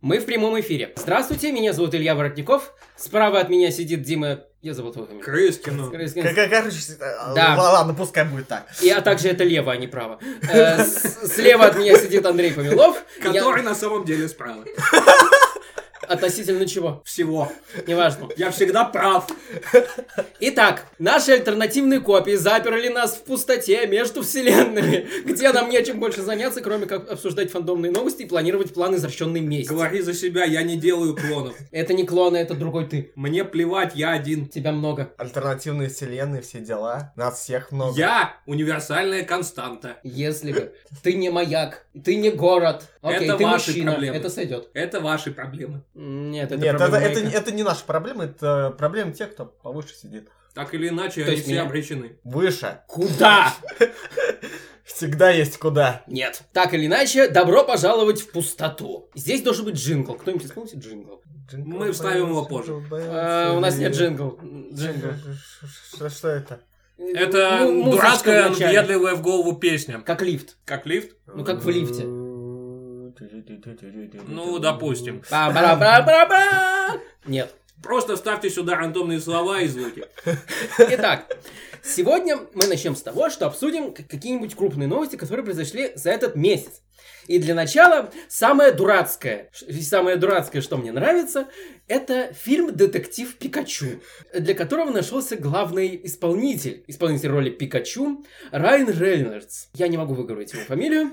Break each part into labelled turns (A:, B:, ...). A: Мы в прямом эфире. Здравствуйте, меня зовут Илья Воротников. Справа от меня сидит Дима... Я забыл твой фамилию.
B: Крыскину.
A: Крыскин.
C: Кор- кор- Короче,
A: Да.
C: да. ладно, пускай будет так.
A: И, а также это лево, а не право. Э, с- Слева от меня сидит Андрей Помилов. Я-
B: Который на самом деле справа.
A: Относительно чего?
B: Всего.
A: Неважно.
B: Я всегда прав.
A: Итак, наши альтернативные копии заперли нас в пустоте между вселенными, где нам нечем больше заняться, кроме как обсуждать фандомные новости и планировать план извращенной мести.
B: Говори за себя, я не делаю клонов.
A: Это не клоны, это другой ты.
B: Мне плевать, я один.
A: Тебя много.
C: Альтернативные вселенные, все дела. Нас всех много.
B: Я универсальная константа.
A: Если бы. Ты не маяк, ты не город. Окей,
B: Это
A: ты
B: ваши
A: мужчина.
B: проблемы.
A: Это сойдет.
B: Это ваши проблемы.
A: Нет, это
C: Нет, это,
A: проблема
C: это,
A: маяка.
C: не- это не наша проблема, это э, проблема тех, кто повыше сидит.
B: Так или иначе,
A: То
B: они
A: есть
B: все
A: меня?
B: обречены.
C: Выше.
A: Куда?
C: Всегда есть куда.
A: Нет. Так или иначе, добро пожаловать в пустоту. Здесь должен быть джингл. Кто-нибудь исполнит джингл?
B: Мы вставим его позже.
A: Э, у нас нет джингл. Джингл.
C: Что, что это?
B: Это
A: Ну, музычка
B: дурацкая,
A: вначале.
B: въедливая в голову песня.
A: Как лифт.
B: Как лифт?
A: Ну, как в лифте.
B: Ну, допустим.
A: Ба-ба-ба-ба-ба! Нет.
B: Просто вставьте сюда рандомные слова и звуки.
A: Итак, сегодня мы начнем с того, что обсудим к- какие-нибудь крупные новости, которые произошли за этот месяц. И для начала самое дурацкое, ш- и самое дурацкое, что мне нравится, это фильм «Детектив Пикачу», для которого нашелся главный исполнитель, исполнитель роли Пикачу Райан Рейнольдс. Я не могу выговорить его фамилию,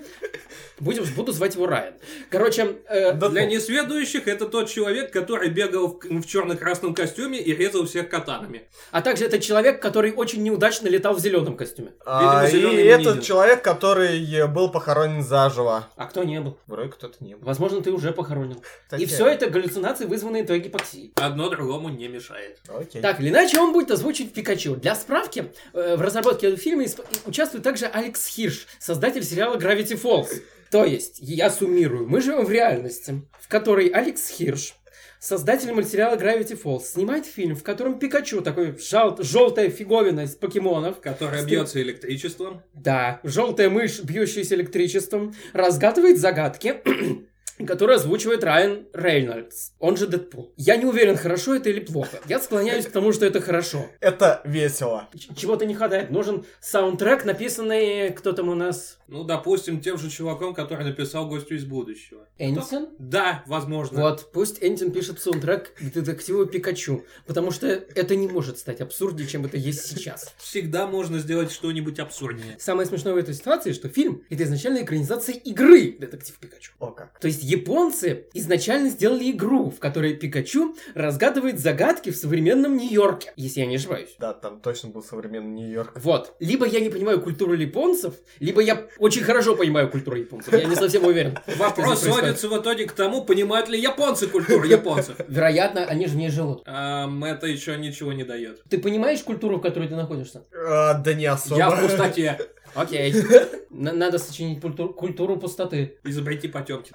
A: Будем, буду звать его Райан. Короче, э,
C: Да
B: Для несведущих это тот человек, который бегал в, в черно-красном костюме и резал всех катанами.
A: а также это человек, который очень неудачно летал в зеленом костюме.
C: А,
B: Видимо,
C: и
B: зелёный
C: этот
B: Минидин.
C: человек, который э, был похоронен заживо.
A: А кто не был?
C: Вроде кто-то не был.
A: Возможно, ты уже похоронен. И
C: Кстати,
A: все это галлюцинации, вызванные твоей гипоксией.
B: Одно другому не мешает.
C: Окей.
A: Так или иначе, он будет озвучивать Пикачу. Для справки, э, в разработке этого фильма исп- участвует также Алекс Хирш, создатель сериала Gravity Falls. То есть, я суммирую, мы живем в реальности, в которой Алекс Хирш, создатель мультсериала Gravity Falls, снимает фильм, в котором Пикачу, такой жал- желтая фиговина из покемонов,
B: Которая
A: Стыд.
B: бьется электричеством.
A: Да, желтая мышь, бьющаяся электричеством, разгадывает загадки, которые озвучивает Райан Рейнольдс, он же Дэдпул. Я не уверен, хорошо это или плохо. Я склоняюсь к тому, что это хорошо.
C: Это весело.
A: Ч- Чего-то не хватает. Нужен саундтрек, написанный кто там у нас?
B: Ну, допустим, тем же чуваком, который написал гостю из будущего.
A: Энтин?
B: Да, возможно.
A: Вот, пусть Энтин пишет саундтрек к детективу Пикачу, потому что это не может стать абсурднее, чем это есть сейчас.
B: Всегда можно сделать что-нибудь абсурднее.
A: Самое смешное в этой ситуации, что фильм — это изначально экранизация игры «Детектив Пикачу».
C: О как.
A: То есть японцы изначально сделали игру, в которой Пикачу разгадывает загадки в современном Нью-Йорке, если я не ошибаюсь.
C: Да, там точно был современный Нью-Йорк.
A: Вот. Либо я не понимаю культуру японцев, либо я очень хорошо понимаю культуру японцев. Я не совсем уверен.
B: Вопрос
A: Что здесь
B: сводится в итоге к тому, понимают ли японцы культуру японцев.
A: Вероятно, они же в ней живут.
B: Эм, это еще ничего не дает.
A: Ты понимаешь культуру, в которой ты находишься?
C: А, да не особо.
B: Я в пустоте.
A: Окей. Н- Надо сочинить культу- культуру пустоты.
B: Изобрети потемки.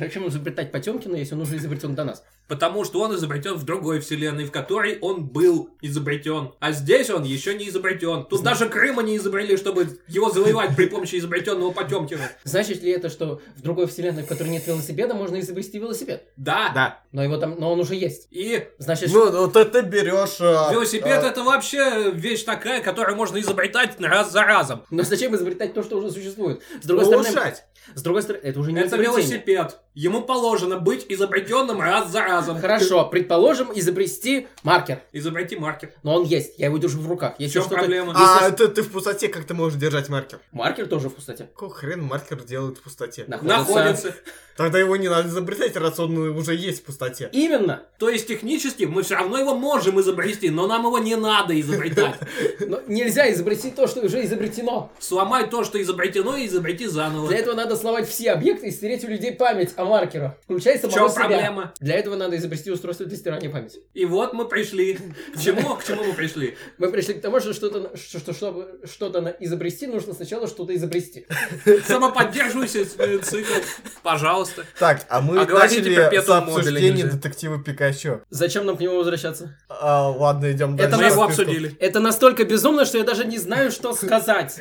A: Зачем изобретать Потемкина, если он уже изобретен до нас?
B: Потому что он изобретен в другой вселенной, в которой он был изобретен. А здесь он еще не изобретен. Тут даже Крыма не изобрели, чтобы его завоевать при помощи изобретенного Потемкина.
A: Значит ли это, что в другой вселенной, в которой нет велосипеда, можно изобрести велосипед?
B: Да.
C: Да.
A: Но его там, но он уже есть.
B: И
A: Значит,
C: Ну, вот это берешь... а,
B: велосипед
C: а,
B: это вообще вещь такая, которую можно изобретать раз за разом.
A: Но зачем изобретать то, что уже существует? С другой стороны,
C: улучшать.
A: с другой стороны, это уже не
B: Это
A: изобретение.
B: велосипед. Ему положено быть изобретенным раз за разом.
A: Хорошо, предположим, изобрести маркер.
B: Изобрети маркер.
A: Но он есть, я его держу в руках.
B: В
A: Если
B: чем
A: что-то-
B: проблема?
C: А ты, ты в пустоте, как ты можешь держать маркер?
A: Маркер тоже в пустоте.
C: Какого хрена маркер делают в пустоте?
A: А, Да.
B: Находится.
C: Тогда его не надо изобретать, раз он уже есть в пустоте.
A: Именно.
B: То есть технически мы все равно его можем изобрести, но нам его не надо изобретать.
A: Но нельзя изобрести то, что уже изобретено.
B: Сломай то, что изобретено, и изобрети заново.
A: Для этого надо сломать все объекты и стереть у людей память о маркерах. Включай
B: В чем
A: самого себя.
B: проблема?
A: Для этого надо изобрести устройство для стирания памяти.
B: И вот мы пришли. К чему? К чему мы пришли?
A: Мы пришли к тому, что что-то, что, что- чтобы что-то на- изобрести, нужно сначала что-то изобрести.
B: Самоподдерживайся э, цикл. Пожалуйста.
C: Так, а мы
B: А говорите про
C: начали с
B: Петру Мобиля
C: обсуждения
B: нельзя.
C: детектива Пикачу.
A: Зачем нам к нему возвращаться?
C: А, ладно, идем
A: Это
C: дальше.
B: Мы
A: нас-
B: его
C: по списку.
B: обсудили.
A: Это настолько безумно, что я даже не знаю, что сказать.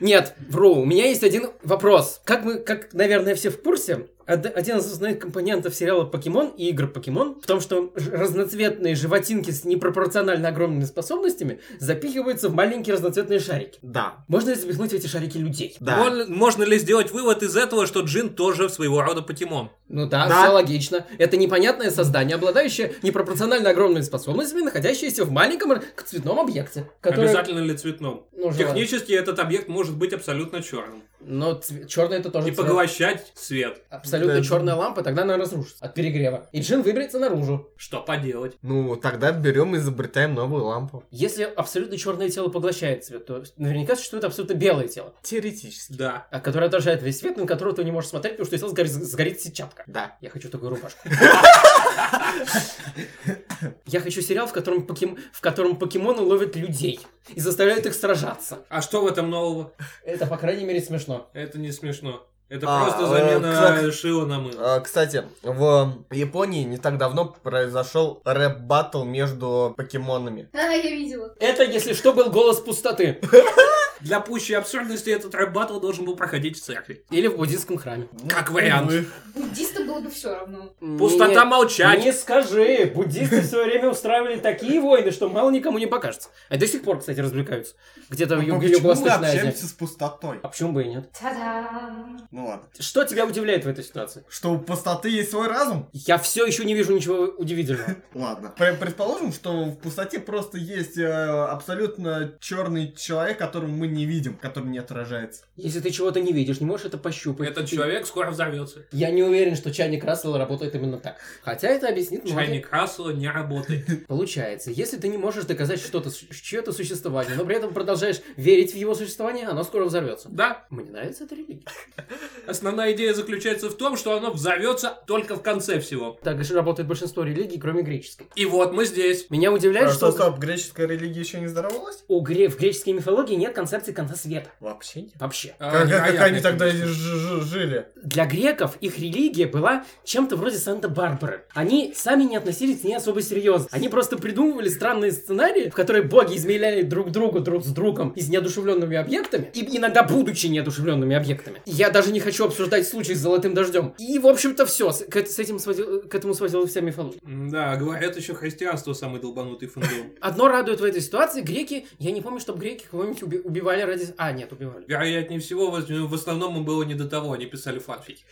A: Нет, вру. У меня есть один вопрос. Как мы, как, наверное, все в курсе, од- один из основных компонентов сериала «Покемон» и игр «Покемон» в том, что ж- разноцветные животинки с непропорционально огромными способностями запихиваются в маленькие разноцветные шарики.
C: Да.
A: Можно ли запихнуть в эти шарики людей?
C: Да.
B: Мон- Можно ли сделать вывод из этого, что Джин тоже своего рода покемон?
A: Ну да,
C: Да.
A: все логично. Это непонятное создание, обладающее непропорционально огромными способностями, находящееся в маленьком р- к- цветном объекте, который...
B: Обязательно ли цветном?
A: Ну, желательно.
B: Технически этот объект может быть абсолютно черным.
A: Но черный это тоже
B: И
A: цвет.
B: поглощать свет.
A: Абсолютно
C: Да.
A: черная лампа, тогда она разрушится от перегрева. И джин выберется наружу.
B: Что поделать?
C: Ну, тогда берем и изобретаем новую лампу.
A: Если абсолютно черное тело поглощает свет, то наверняка существует абсолютно белое тело,
C: Теоретически.
B: Да.
A: а которое отражает весь свет, на который ты не можешь смотреть, потому что если сгорит, сгорит сетчатка.
C: Да.
A: Я хочу такую рубашку. Я хочу сериал, в котором, покем- в котором покемоны ловят людей и заставляют их сражаться.
B: А что в этом нового?
A: Это, по крайней мере, смешно.
B: Это не смешно. Это
C: А,
B: просто
C: э,
B: замена
C: кстати-
B: шила на мыло.
D: А,
C: Э, Кстати, в Японии не так давно произошел рэп-баттл между покемонами.
E: А, я видела.
A: Это, если что, был голос пустоты.
B: Для пущей абсурдности этот рэп-баттл должен был проходить в церкви.
A: Или в буддистском храме.
D: Ну,
B: Как вариант.
C: Увы.
E: Буддистам было бы все равно.
B: Пустота молчать.
A: Не скажи, буддисты в свое время устраивали такие войны, что мало никому не покажется. А до сих пор, кстати, развлекаются. Где-то в
D: Ну,
A: юго
D: почему мы
A: Юго-Восточной Азии.
D: общаемся с пустотой?
A: А почему бы и нет?
E: Та-дам!
D: Ну ладно.
A: Что тебя удивляет в этой ситуации?
D: Что у пустоты есть свой разум?
A: Я все еще не вижу ничего удивительного.
D: Ладно. Пре- Предположим, что в пустоте просто есть э, абсолютно черный человек, которого мы не видим, который не отражается.
A: Если ты чего-то не видишь, не можешь это пощупать.
B: Этот человек скоро взорвется.
A: Я не уверен, что чайник Рассела работает именно так. Хотя это объяснит многое.
B: Чайник Рассела не работает.
A: Получается, если ты не можешь доказать что-то, су- чье-то существование, но при этом продолжаешь верить в его существование, оно скоро взорвется.
B: Да,
A: Мне нравится эта религия.
B: основная идея заключается в том, что оно взорвется только в конце всего.
A: Так же работает большинство религий, кроме греческой.
B: И вот мы здесь.
A: Меня удивляет,
D: А,
A: что
D: Стоп, стоп, греческая религия еще не здоровалась?
A: у гре- в греческой мифологии нет концепции конца света.
D: Вообще нет.
A: Вообще.
B: А,
C: Как, как- как
B: невероятно,
C: они тогда
B: конечно.
C: ж- ж- жили?
A: Для греков их религия была чем-то вроде Санта-Барбары. Они сами не относились к ней особо серьезно. Они просто придумывали странные сценарии, в которые боги измеряли друг другу друг с другом из неодушевленными объектами, и иногда будучи неодушевленными объектами. Я даже не хочу обсуждать случай с золотым дождем. И, в общем-то, все. С, к, с этим сводил- к этому сводила вся мифология.
B: Да, говорят, еще христианство самый долбанутый фандом.
A: Одно радует в этой ситуации, греки, я не помню, чтобы греки кого-нибудь уби- убивали ради... А, нет, убивали.
B: Вероятнее всего, в в основном им было не до того, они писали фанфики.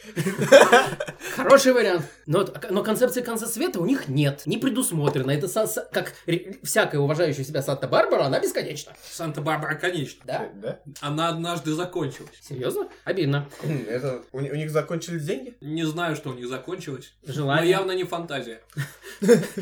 A: Хороший вариант. Но, вот- но концепции конца света у них нет. Не предусмотрено. Это со- со- как ре- всякая уважающая себя Санта-Барбара, она бесконечна.
B: Санта-Барбара, конечно.
D: Э,
A: Да?
C: Да?
B: Она однажды закончилась.
A: Серьезно? Обидно.
D: Хм,
C: Это... У, у них закончились деньги?
B: Не знаю, что у них закончилось. Но
A: Желание
B: явно не фантазия.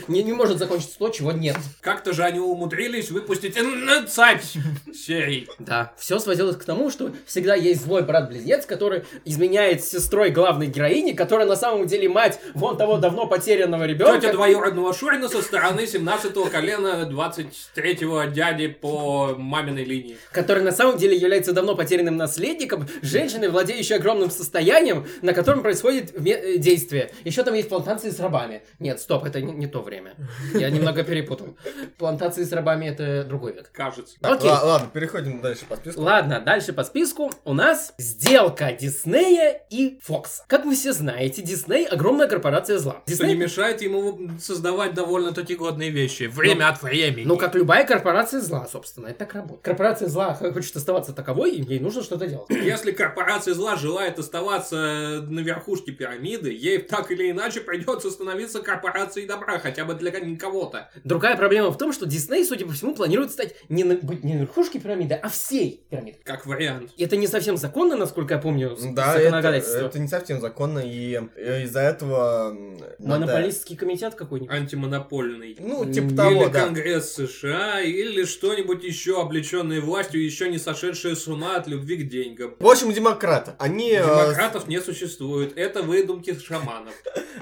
A: не, не может закончиться то, чего нет.
B: Как-то же они умудрились выпустить 11 серий.
A: Да. Все сводилось к тому, что всегда есть злой брат-близнец, который изменяет с сестрой главной героини, которая на самом деле мать вон того давно потерянного
B: Тетя
A: ребенка.
B: двоюродного Шурина со стороны 17-го колена 23-го дяди по маминой линии.
A: который на самом деле является давно потерянным наследником, женщины, владеющей огромным состоянием, на котором происходит вме- э, действие. Еще там есть плантации с рабами. Нет, стоп, это не, не то время. Я немного перепутал. Плантации с рабами это другой век.
B: Кажется.
C: Так,
A: Окей.
C: ла- ладно, переходим дальше по списку.
A: Ладно, дальше по списку у нас сделка Диснея и Фокс. Как вы все знаете, Дисней огромная корпорация зла.
B: Что не
A: Дисней,
B: мешает ему создавать довольно-таки годные вещи. Время от времени.
A: ну как любая корпорация зла, собственно, это так работает. Корпорация зла хочет оставаться таковой, и ей нужно что-то делать.
B: Если корпорация зла желает оставаться на верхушке пирамиды, ей так или иначе придется становиться корпорацией добра, хотя бы для кого-то.
A: Другая проблема в том, что Дисней, судя по всему, планирует стать не на, быть не на верхушке пирамиды, а всей пирамиды.
B: Как вариант.
A: И это не совсем законно, насколько я помню, с-
C: Ну Да, это,
A: законодательство.
C: это не совсем законно, и э, из-за этого... м,
B: ну
A: Монополистский комитет
B: А
A: какой-нибудь.
B: Антимонопольный.
C: надо- Ну, типа
A: Или
C: того,
B: или
C: да.
B: Конгресс США, или что-нибудь еще облеченное властью, еще не сошедшее с ума от любви к деньгам.
C: В общем, демократы. Они, э,
B: Демократов не существует, это выдумки шаманов.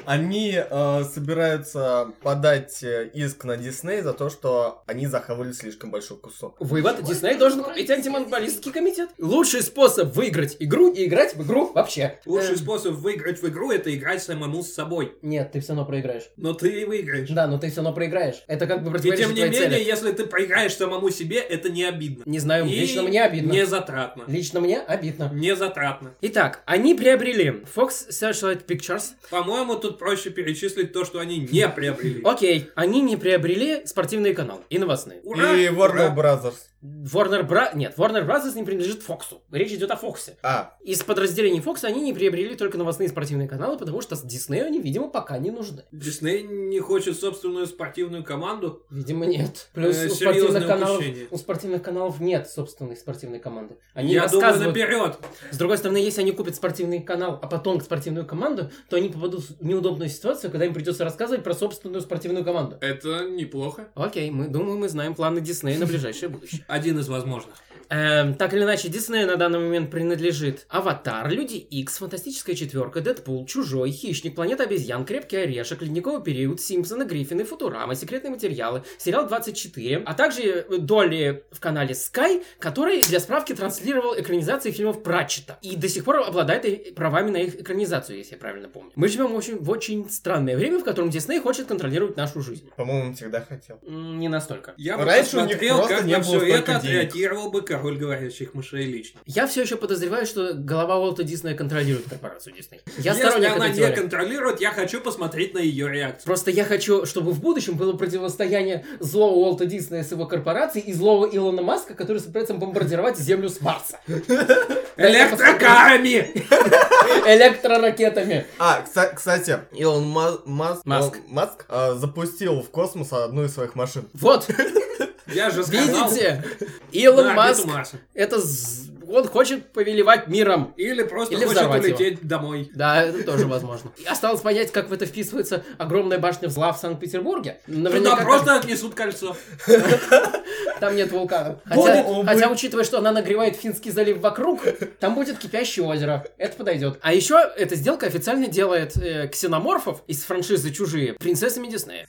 C: они э, собираются собирается подать э, иск на Дисней за то, что они захавали слишком большой кусок.
A: Вывод, Дисней должен купить антимонополистский комитет. Лучший способ выиграть игру и играть в игру вообще.
B: Лучший
A: Эм,
B: способ выиграть в игру это играть самому с собой.
A: Нет, ты все равно проиграешь.
B: Но ты и выиграешь.
A: Да, но ты все равно проиграешь. Это как бы
B: И
A: противоречит
B: тем не
A: твоей
B: менее,
A: цели.
B: если ты проиграешь самому себе, это не обидно.
A: Не знаю,
B: И
A: лично мне обидно.
B: Не затратно.
A: Лично мне обидно.
B: Не затратно.
A: Итак, они приобрели Fox Searchlight Pictures.
B: По-моему, тут проще перечислить то, что они не приобрели.
A: Окей, они не приобрели спортивные каналы, инновостные.
B: Ура!
C: и Warner
B: Ура!
C: Brothers.
A: Warner Bros. Нет, Warner Bros. не принадлежит Фоксу. Речь идет о Фоксе.
C: А,
A: Из подразделений Фокса они не приобрели только новостные спортивные каналы, потому что с Диснею они, видимо, пока не нужны.
B: Дисней не хочет собственную спортивную команду.
A: Видимо, нет. Плюс
B: Э,
A: у
B: серьезное
A: спортивных каналов...
B: упущение.
A: У спортивных каналов нет собственной спортивной команды. Они
B: Я думаю,
A: рассказывают.
B: наперед.
A: С другой стороны, если они купят спортивный канал, а потом спортивную команду, то они попадут в неудобную ситуацию, когда им придется рассказывать про собственную спортивную команду.
B: Это неплохо.
A: Окей, мы думаю, мы знаем планы Диснея на ближайшее будущее.
B: Один из возможных.
A: Эм, так или иначе, Диснею на данный момент принадлежит Аватар, Люди Икс, Фантастическая Четверка, Дэдпул, Чужой, Хищник, Планета Обезьян, Крепкий Орешек, Ледниковый Период, Симпсоны, Гриффины, Футурама, Секретные Материалы, Сериал 24, а также э, доли в канале Sky, который, для справки, транслировал экранизации фильмов Пратчета. И до сих пор обладает и правами на их экранизацию, если я правильно помню. Мы живем в очень, в очень странное время, в котором Дисней хочет контролировать нашу жизнь.
C: по-моему, он всегда хотел.
A: М, Не настолько.
B: Я бы
C: бы Раньше у них
B: посмотрел,
C: посмотрел,
B: как
C: просто как не
B: на
C: на было всё
B: все это
C: столько это денег.
B: отреагировал бы король говорящих мышей лично.
A: Я все еще подозреваю, что голова Уолта Диснея контролирует корпорацию Дисней. Я
B: Если
A: сторонник
B: она
A: этой
B: не
A: теории.
B: контролирует, я хочу посмотреть на ее реакцию.
A: Просто я хочу, чтобы в будущем было противостояние злого Уолта Диснея с его корпорацией и злого Илона Маска, который собирается бомбардировать Землю с Марса.
B: Электрокарами!
A: Электроракетами.
C: А, кса- кстати, Илон Ма- Маск,
A: Маск.
C: Илон Маск, э, запустил в космос одну из своих машин.
A: Вот,
B: Я же сказал...
A: видите?
B: Да,
A: Илон
B: Дед
A: Маск,
B: Маск.
A: это... з- Он хочет повелевать миром.
B: Или просто
A: Или
B: хочет
A: взорвать его.
B: улететь домой.
A: Да, это тоже возможно. И осталось понять, как в это вписывается огромная башня взла в Санкт-петербурге. Наверняка
B: Туда просто отнесут кольцо.
A: Там нет вулкана. Хотя,
C: Будет, о,
A: хотя, учитывая, что она нагревает Финский залив вокруг, там будет кипящее озеро. Это подойдет. А еще эта сделка официально делает э, ксеноморфов из франшизы «Чужие» принцессами Диснея.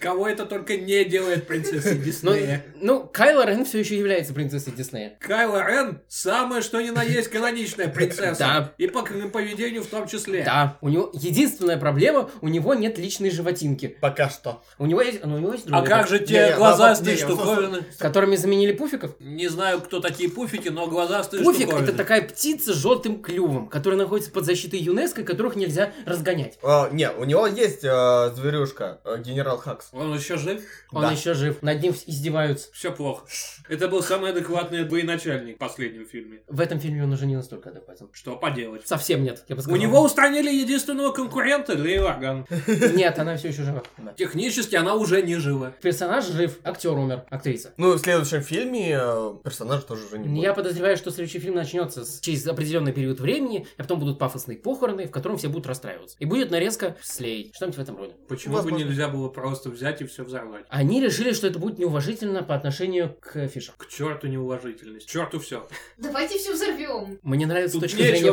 B: Кого это только не делает принцесса
A: Ну,
B: Диснея.
A: ну, Кайла Рен все еще является принцессой Диснея.
B: Кайла Рен самое что ни на есть каноничная принцесса.
A: Да.
B: И по к- поведению в том числе.
A: Да, у него единственная проблема, у него нет личной животинки.
C: Пока что.
A: У него есть, ну, у него есть
B: А
A: другая,
B: как же
C: Не,
B: те
C: не,
B: глазастые
C: не, не,
B: штуковины?
A: которыми заменили пуфиков.
B: Не знаю, кто такие пуфики, но глазастые
A: Пуфик
B: штуковины.
A: это такая птица с желтым клювом, которая находится под защитой ЮНЕСКО, и которых нельзя разгонять.
C: Э, не, у него есть э, зверюшка, э, генерал Хакс.
B: Он еще жив?
A: Он
C: Да.
A: еще жив, над ним издеваются.
B: Все плохо. Это был самый адекватный боеначальник в последнем фильме.
A: В этом фильме он уже не настолько адекватен.
B: Что поделать?
A: Совсем нет, я бы
B: У
A: сказал.
B: него устранили единственного конкурента Лей Ваган.
A: Нет, она все еще жива.
B: Технически она уже не жива.
A: Персонаж жив, актер умер, актриса.
C: Ну, и в следующем фильме э, персонажа тоже уже не будет.
A: Я подозреваю, что следующий фильм начнется с- через определенный период времени, а потом будут пафосные похороны, в котором все будут расстраиваться. И будет нарезка слей, что-нибудь в этом роде.
B: Почему бы
C: Возможно.
B: нельзя было просто взять и все взорвать?
A: Они решили, что это будет неуважительно по отношению к Фишеру.
B: К черту неуважительность. К черту все.
E: Давайте все взорвем.
A: Мне нравится
B: Тут
A: точка
B: нечего
A: зрения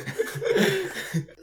A: пустоты.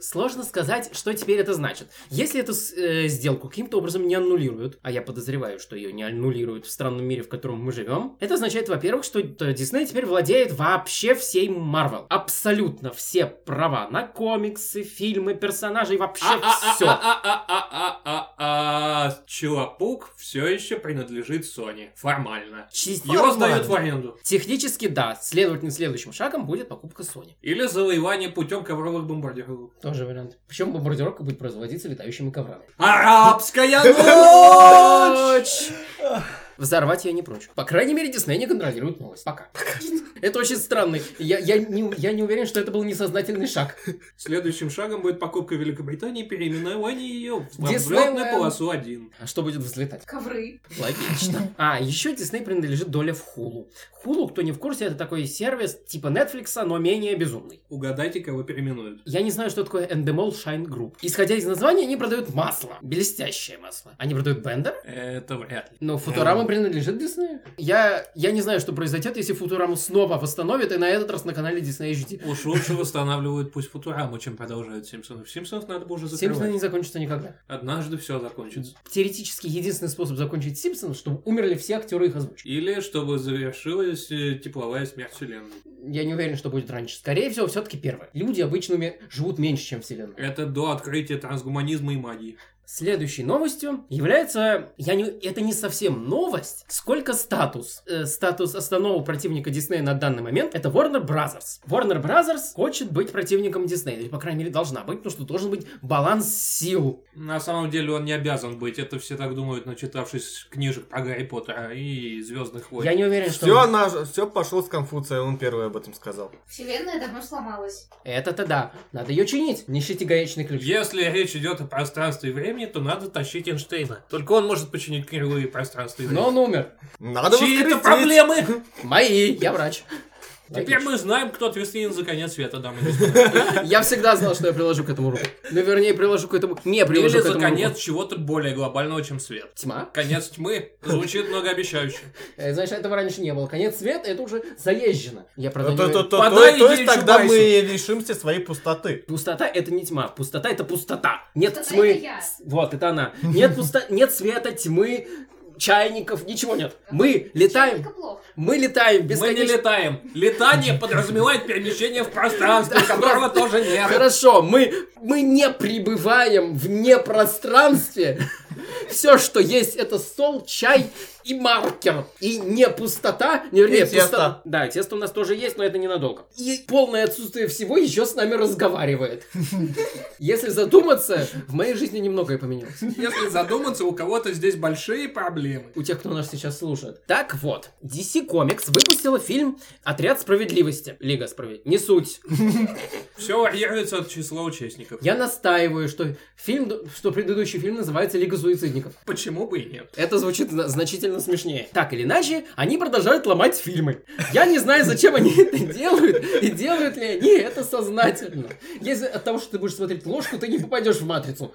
A: Сложно сказать, что теперь это значит. Если эту с- э, сделку каким-то образом не аннулируют, а я подозреваю, что ее не аннулируют в странном мире, в котором мы живем, это означает, во-первых, что э, Дисней теперь владеет вообще всей Марвел. Абсолютно все права на комиксы, фильмы, персонажей, вообще
B: А,
A: все.
B: А-а-а-а-а-а-а-а. Челопук все еще принадлежит Sony. Формально. Его сдают в аренду.
A: Технически да, следовательно, следующим шагом будет покупка Sony.
B: Или завоевание путем ковровых бомбардировок.
A: Тоже вариант. Причем бомбардировка будет производиться летающими коврами.
B: Арабская ну! ночь!
A: Ночь! Взорвать я не прочь. По крайней мере, Дисней не контролирует новость. Пока. Это очень странно. Я, я, не, я не уверен, что это был несознательный шаг.
B: Следующим шагом будет покупка Великобритании и переименование ее в
A: Диснейленд.
B: взлетную полосу 1.
A: А что будет взлетать?
E: Ковры.
A: Логично. А, еще Дисней принадлежит доля в Хулу. Хулу, кто не в курсе, это такой сервис типа Netflix, но менее безумный.
B: Угадайте, кого переименуют.
A: Я не знаю, что такое Endemol Shine Group. Исходя из названия, они продают масло. Блестящее масло. Они продают бендер?
B: Это вряд ли.
A: Но Футурама принадлежит Диснею. Я, я не знаю, что произойдет, если Футураму снова снова восстановят, и на этот раз на канале Disney HD.
B: Уж лучше восстанавливают пусть Футураму, чем продолжают Симпсонов. Симпсонов надо бы уже
A: Симпсоны
B: закрывать.
A: не закончатся никогда.
B: Однажды все закончится.
A: Теоретически единственный способ закончить Симпсонов, чтобы умерли все актеры их озвучки.
B: Или чтобы завершилась э, тепловая смерть вселенной.
A: Я не уверен, что будет раньше. Скорее всего, все-таки первое. Люди обычными живут меньше, чем Вселенная.
B: Это до открытия трансгуманизма и магии.
A: Следующей новостью является, я не, это не совсем новость, сколько статус. Э, статус основного противника Диснея на данный момент это Warner Brothers. Warner Brothers хочет быть противником Диснея, или по крайней мере должна быть, потому что должен быть баланс сил.
B: На самом деле он не обязан быть. Это все так думают, начитавшись книжек про Гарри Поттера и Звездных войн.
A: Я не уверен, что...
C: Все, все пошло с Конфуция, он первый об этом сказал.
E: Вселенная давно сломалась.
A: Это-то да, надо ее чинить, не ищите гаечный ключ.
B: Если речь идет о пространстве и времени, то надо тащить Эйнштейна. Только он может починить кривые пространства и
A: Но он
B: времени.
A: умер.
C: Надо
B: Чьи-то
C: воскресить!
B: проблемы!
A: Мои, я врач.
B: Теперь мы знаем, кто ответственен за конец света, дамы и господа.
A: Я всегда знал, что я приложу к этому руку. Ну, вернее, приложу к этому... Не, приложу
B: Или
A: к
B: за
A: этому
B: конец
A: руку.
B: чего-то более глобального, чем свет.
A: Тьма.
B: Конец тьмы звучит многообещающе.
A: Э, Значит, этого раньше не было. Конец света, это уже заезжено. Я
C: То-
A: правда не
C: то-
A: уверен.
C: то- то-
B: Подай
C: то есть
B: идею
C: тогда мы
B: Чубайсу.
C: лишимся своей пустоты.
A: Пустота это не тьма, пустота это пустота. Нет
E: Пустота
A: тьмы.
E: это я.
A: С- Вот, это она. Нет пусто... нет света, тьмы, чайников, ничего нет. Мы летаем,
E: Только плохо.
A: мы летаем без
B: Мы не летаем. Летание подразумевает перемещение в пространстве, которого тоже нет.
A: Хорошо, мы, мы не пребываем вне пространстве. Все, что есть, это сол, чай и маркер. И не пустота, не вернее,
C: И тесто.
A: пустота- Да, тесто у нас тоже есть, но это ненадолго. И полное отсутствие всего еще с нами разговаривает. Если задуматься, в моей жизни немногое поменялось.
B: Если задуматься, у кого-то здесь большие проблемы.
A: у тех, кто нас сейчас слушает. Так вот, DC Comics выпустила фильм «Отряд справедливости». Лига справедливости. Не суть.
B: Все варьируется от числа участников.
A: Я настаиваю, что фильм, что предыдущий фильм называется «Лига суицидников».
B: Почему бы и нет?
A: Это звучит зна- значительно смешнее. Так или иначе, они продолжают ломать фильмы. Я не знаю, зачем они это делают, и делают ли они это сознательно. Если от того, что ты будешь смотреть ложку, ты не попадешь в матрицу.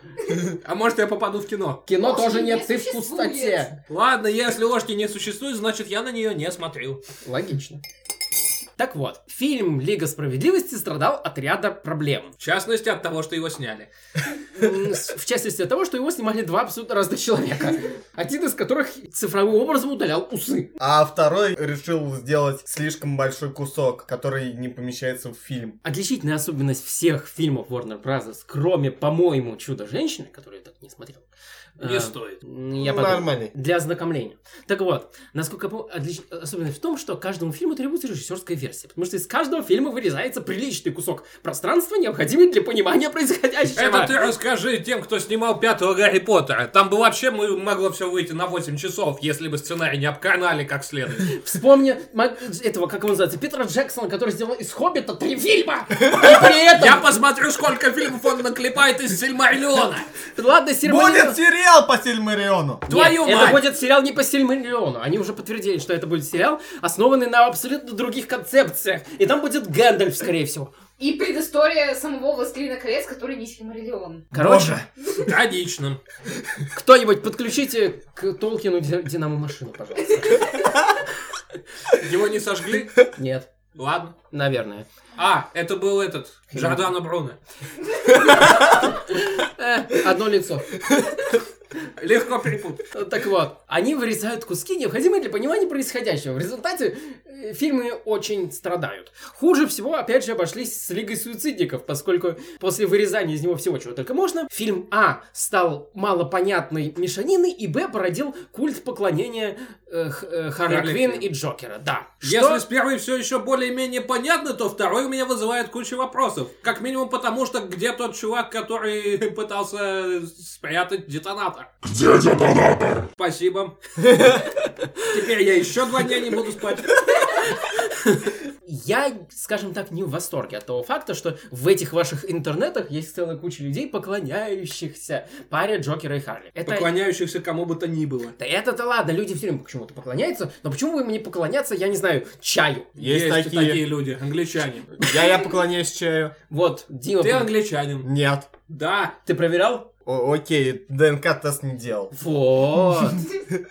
B: А может я попаду в кино?
A: Кино
E: Ложки
A: тоже
E: не
A: нет, ты в
E: существует.
A: пустоте.
B: Ладно, если ложки не существует, значит я на нее не смотрел.
A: Логично. Так вот, фильм «Лига справедливости» страдал от ряда проблем.
B: В частности, от того, что его сняли.
A: М, с- в частности от того, что его снимали два абсолютно разных человека. Один из которых цифровым образом удалял усы.
C: А второй решил сделать слишком большой кусок, который не помещается в фильм.
A: Отличительная особенность всех фильмов Warner Bros., кроме, по-моему, «Чудо-женщины», которую я так не смотрел.
B: Не
A: э,
B: стоит.
A: м, Я
C: Ну,
A: подумал.
C: Нормальный.
A: Для ознакомления. Так вот, насколько я помню, отлич- особенность в том, что каждому фильму требуется режиссерская версия, потому что из каждого фильма вырезается приличный кусок пространства, необходимый для понимания происходящего.
B: Это ты расскажи тем, кто снимал пятого Гарри Поттера. Там бы вообще мы- могло все выйти на 8 часов, если бы сценарий не обканали как следует.
A: Вспомни Мак- этого, как его называется, Питера Джексона, который сделал из «Хоббита» три фильма. И при этом...
B: Я посмотрю, сколько фильмов он наклепает из Сильмариллиона.
A: Ладно, Сильмариллион...
C: Будет сериал по Сильмариону!
A: Нет,
B: Твою
A: это
B: мать!
A: будет сериал не по Сильмариллиону. Они уже подтвердили, что это будет сериал, основанный на абсолютно других концепциях. И там будет Гэндальф, скорее всего.
E: И предыстория самого Властелина колец, который не Сильмариллион.
A: Короче,
B: Трагично.
A: кто-нибудь подключите к Толкину ди- динамо-машину, пожалуйста.
B: Его не сожгли?
A: Нет,
B: Ладно.
A: наверное.
B: А, это был этот, Джордано Бруно.
A: Э, одно лицо.
B: Легко перепутать.
A: Так вот, они вырезают куски, необходимые для понимания происходящего. В результате э, фильмы очень страдают. Хуже всего, опять же, обошлись с Лигой Суицидников, поскольку после вырезания из него всего, чего только можно, фильм А стал малопонятной мешаниной, и Б породил культ поклонения э, Х- э, Харли
B: Харли
A: Квинн
B: Квинн.
A: и Джокера. Да.
B: Если с первой все еще более-менее понятно, то второй у меня вызывает кучу вопросов. Как минимум потому, что где тот чувак, который пытался спрятать детонатор? Где детонатор? Спасибо. Теперь я еще два дня не буду спать.
A: Я, скажем так, не в восторге от того факта, что в этих ваших интернетах есть целая куча людей, поклоняющихся паре Джокера и Харли. Это
B: Поклоняющихся кому бы то ни было.
A: Да это-то ладно, люди все время почему-то поклоняются, но почему бы им не поклоняться, я не знаю, чаю?
C: Есть,
B: и
C: такие.
B: люди, англичане.
C: Я, я поклоняюсь чаю.
A: Вот, Дима,
B: Ты
A: ты,
B: англичанин.
C: Нет.
B: Да.
A: проверял?
C: О- окей, ДНК-тест не делал.
A: Вот.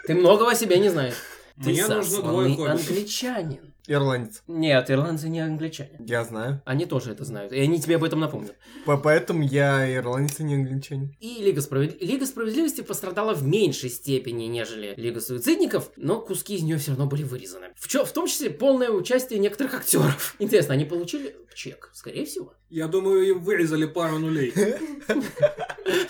A: Ты многого о себе не знаешь. Ты
B: Мне нужно
A: засланный
B: двое комиков.
A: англичанин.
C: Ирландец.
A: Нет, ирландцы не англичане.
C: Я знаю.
A: Они тоже это знают, и они тебе об этом напомнят.
C: По- Поэтому я ирландец, а не англичанин.
A: И Лига, Справед- Лига Справедливости пострадала в меньшей степени, нежели Лига Суицидников, но куски из нее все равно были вырезаны. В, чё- в том числе полное участие некоторых актеров. Интересно, они получили чек, скорее всего,
B: Я думаю, им вырезали пару нулей.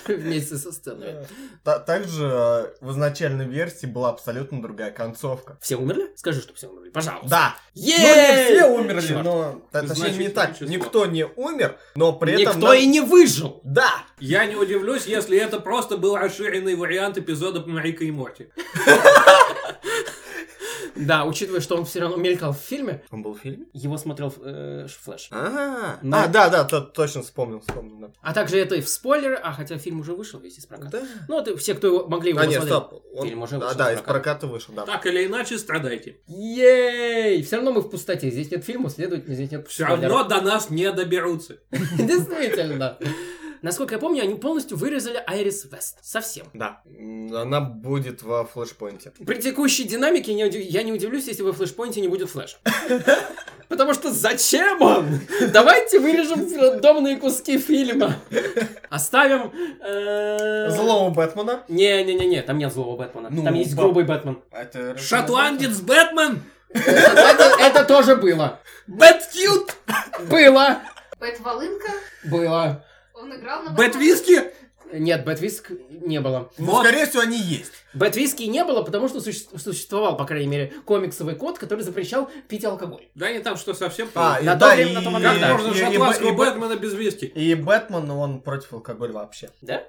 A: вместе со сценами.
C: Э, Та- Также э, в изначальной версии была абсолютно другая концовка.
A: Все умерли? Скажи, что все умерли, пожалуйста.
C: Да,
A: Е-е-е!
C: но не все умерли,
A: Чёрт.
C: но... Т- Точнее, не
B: Значительное
C: так.
B: число.
C: Никто не умер, но при этом...
A: Никто
C: нам-
A: и не выжил.
C: Да!
B: Я не удивлюсь, если это просто был расширенный вариант эпизода Марика и Морти.
A: Да, учитывая, что он все равно мелькал в фильме,
C: Он был в фильме?
A: его смотрел э, Флэш.
C: А,
A: Но-
C: а, да, да, то- точно вспомнил, вспомнил. да.
A: А также это и в спойлеры, а хотя фильм уже вышел весь из проката.
C: Да.
A: Ну, это все, кто его, могли его
C: А, нет,
A: посмотреть.
C: стоп. он-
A: Фильм уже
C: А,
A: вышел
C: да,
A: из
C: из проката вышел, да.
B: Так или иначе, страдайте.
A: Ей! Все равно мы в пустоте. Здесь нет фильма, следовательно, здесь нет
B: Все
A: спойлеров.
B: равно до нас не доберутся.
A: Действительно. Насколько я помню, они полностью вырезали Айрис Вест. Совсем.
C: Да. М, Она будет во флешпоинте.
A: При текущей динамике не удив- я не удивлюсь, если во флешпоинте не будет флеша. Потому что зачем он? Давайте вырежем рандомные куски фильма. Оставим... э,
C: Злого Бэтмена.
A: Не-не-не-не, там нет злого Бэтмена.
C: Ну,
A: там есть
C: ба-
A: грубый Бэтмен.
C: Это
B: Шотландец Бэтмен!
A: Это, это тоже было.
B: Бэткьют!
A: Было.
E: Бэт Волынка,
A: Было.
E: он играл на
B: Бэтвиски!
A: Нет, Бэтвиск не было.
C: Ну, скорее всего, они есть.
A: Бэтвиски не было, потому что суще- существовал, по крайней мере, комиксовый код, который запрещал пить алкоголь.
B: Да не там что, совсем
C: А,
B: плохо.
C: и
A: На то
C: да,
A: время,
C: и-
A: на том, а
B: Как
A: да.
B: можно
C: и- и
B: шотландского
C: Бэ- и Бэ-
B: Бэтмена без виски?
C: И Бэтмен, он против алкоголя вообще.
B: Да,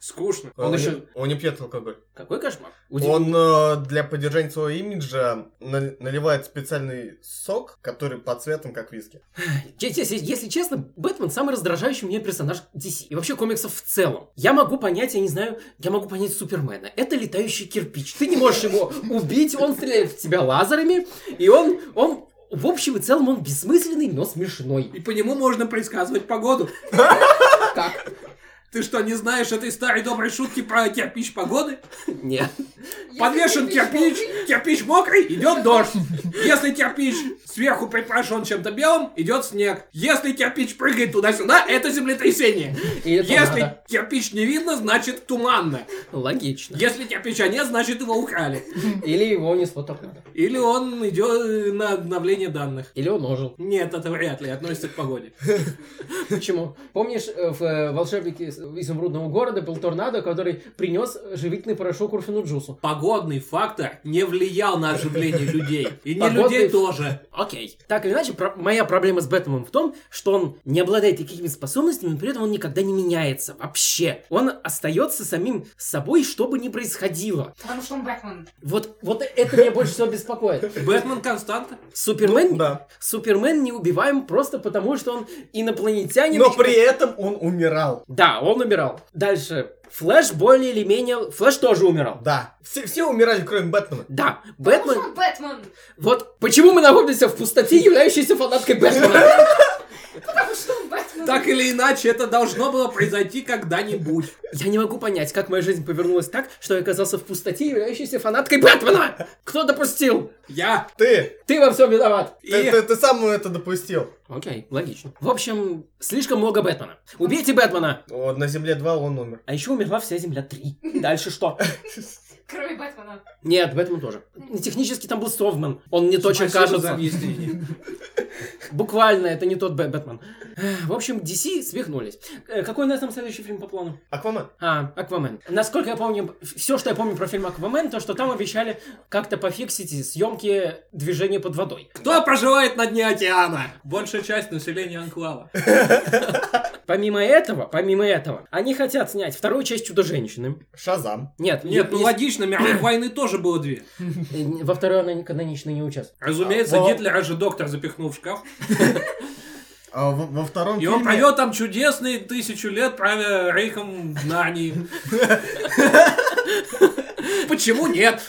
B: скучно.
A: Он
C: не-
A: ещё-
C: он не пьет алкоголь.
A: Какой кошмар. Удив-
C: Он э, для поддержания своего имиджа на- наливает специальный сок, который по цветам как виски.
A: Че- че- Если, если честно, Бэтмен самый раздражающий мне персонаж DC. И вообще комиксов в целом. Я могу понять, я не знаю, я могу понять Супермена. Это летающий кирпич. Ты не можешь его убить, он стреляет в тебя лазерами, и он, он в общем и целом он бессмысленный, но смешной.
B: И по нему можно предсказывать погоду.
A: Как?
B: Ты что, не знаешь этой старой доброй шутки про кирпич погоды?
A: Нет.
E: Если
B: Подвешен кирпич,
E: мокрый,
B: кирпич мокрый, идет дождь. Если кирпич сверху припорошен чем-то белым, идет снег. Если кирпич прыгает туда-сюда, это землетрясение.
A: И это
B: Если
A: надо.
B: кирпич не видно, значит туманно.
A: Логично.
B: Если кирпича нет, значит его украли.
A: Или его унесло торнадо.
B: Или он идет э, на обновление данных.
A: Или он ожил.
B: Нет, это вряд ли относится к погоде.
A: Почему? Помнишь, э, в э, «Волшебнике из- изумрудного города» был торнадо, который принес живительный порошок Урфину Джусу.
B: Погодный фактор не влиял на оживление людей. И не
A: Погодный
B: людей
A: ф-
B: тоже.
A: Окей. Так или иначе, про- моя проблема с Бэтменом в том, что он не обладает какими-то способностями, но при этом он никогда не меняется вообще. Он остается самим собой, что бы ни происходило.
E: Потому что он Бэтмен.
A: Вот, вот это меня больше всего беспокоит.
B: Бэтмен Константа?
A: Супермен,
C: Ну, Да.
A: Супермен не убиваем просто потому, что он инопланетянин.
C: Но при этом он умирал.
A: Да, он умирал. Дальше. Флэш более или менее... Флэш тоже умирал.
C: Да. Все, все умирали, кроме Бэтмена.
A: Да,
E: Потому
A: Бэтмен...
E: что он Бэтмен.
A: Вот почему мы находимся в пустоте, являющейся фанаткой Бэтмена.
E: Потому что он Бэтмен.
B: Так или иначе, это должно было произойти когда-нибудь.
A: Я не могу понять, как моя жизнь повернулась так, что я оказался в пустоте, являющейся фанаткой Бэтмена. Кто допустил?
B: Я
C: Ты,
A: Ты во всем виноват.
B: и...
C: ты, ты, ты сам это допустил.
A: Окей, логично. В общем, слишком много Бэтмена. Убейте Бэтмена.
C: Вот, на Земле 2 он умер.
A: А еще умерла вся Земля 3. Дальше что?
E: Кроме Бэтмена.
A: Нет, Бэтмен тоже. Технически там был Совман. Он не то, чем
B: Спасибо за
A: кажется.
B: объяснение.
A: Буквально, это не тот Бэ- Бэтмен. Эх, В общем, DC свихнулись. Э, Какой у нас там следующий фильм по плану?
C: Аквамен.
A: А, Аквамен. Насколько я помню, все, что я помню про фильм Аквамен, то, что там обещали как-то пофиксить съемки движения под водой.
B: Кто проживает на дне океана? Большая часть населения Анклава.
A: Помимо этого, помимо этого, они хотят снять вторую часть Чудо-женщины.
C: Шазам.
A: Нет,
B: Нет, ну
A: не-
B: логично, мировой войны тоже было две.
A: не- во второй она канонично не участвует.
B: Разумеется,
C: А, во-
B: Гитлера же доктор запихнул в шкаф.
C: А во, во втором
B: И он
C: фильме-
B: провел там чудесные тысячу лет, правя рейхом в Нарнии. Почему нет?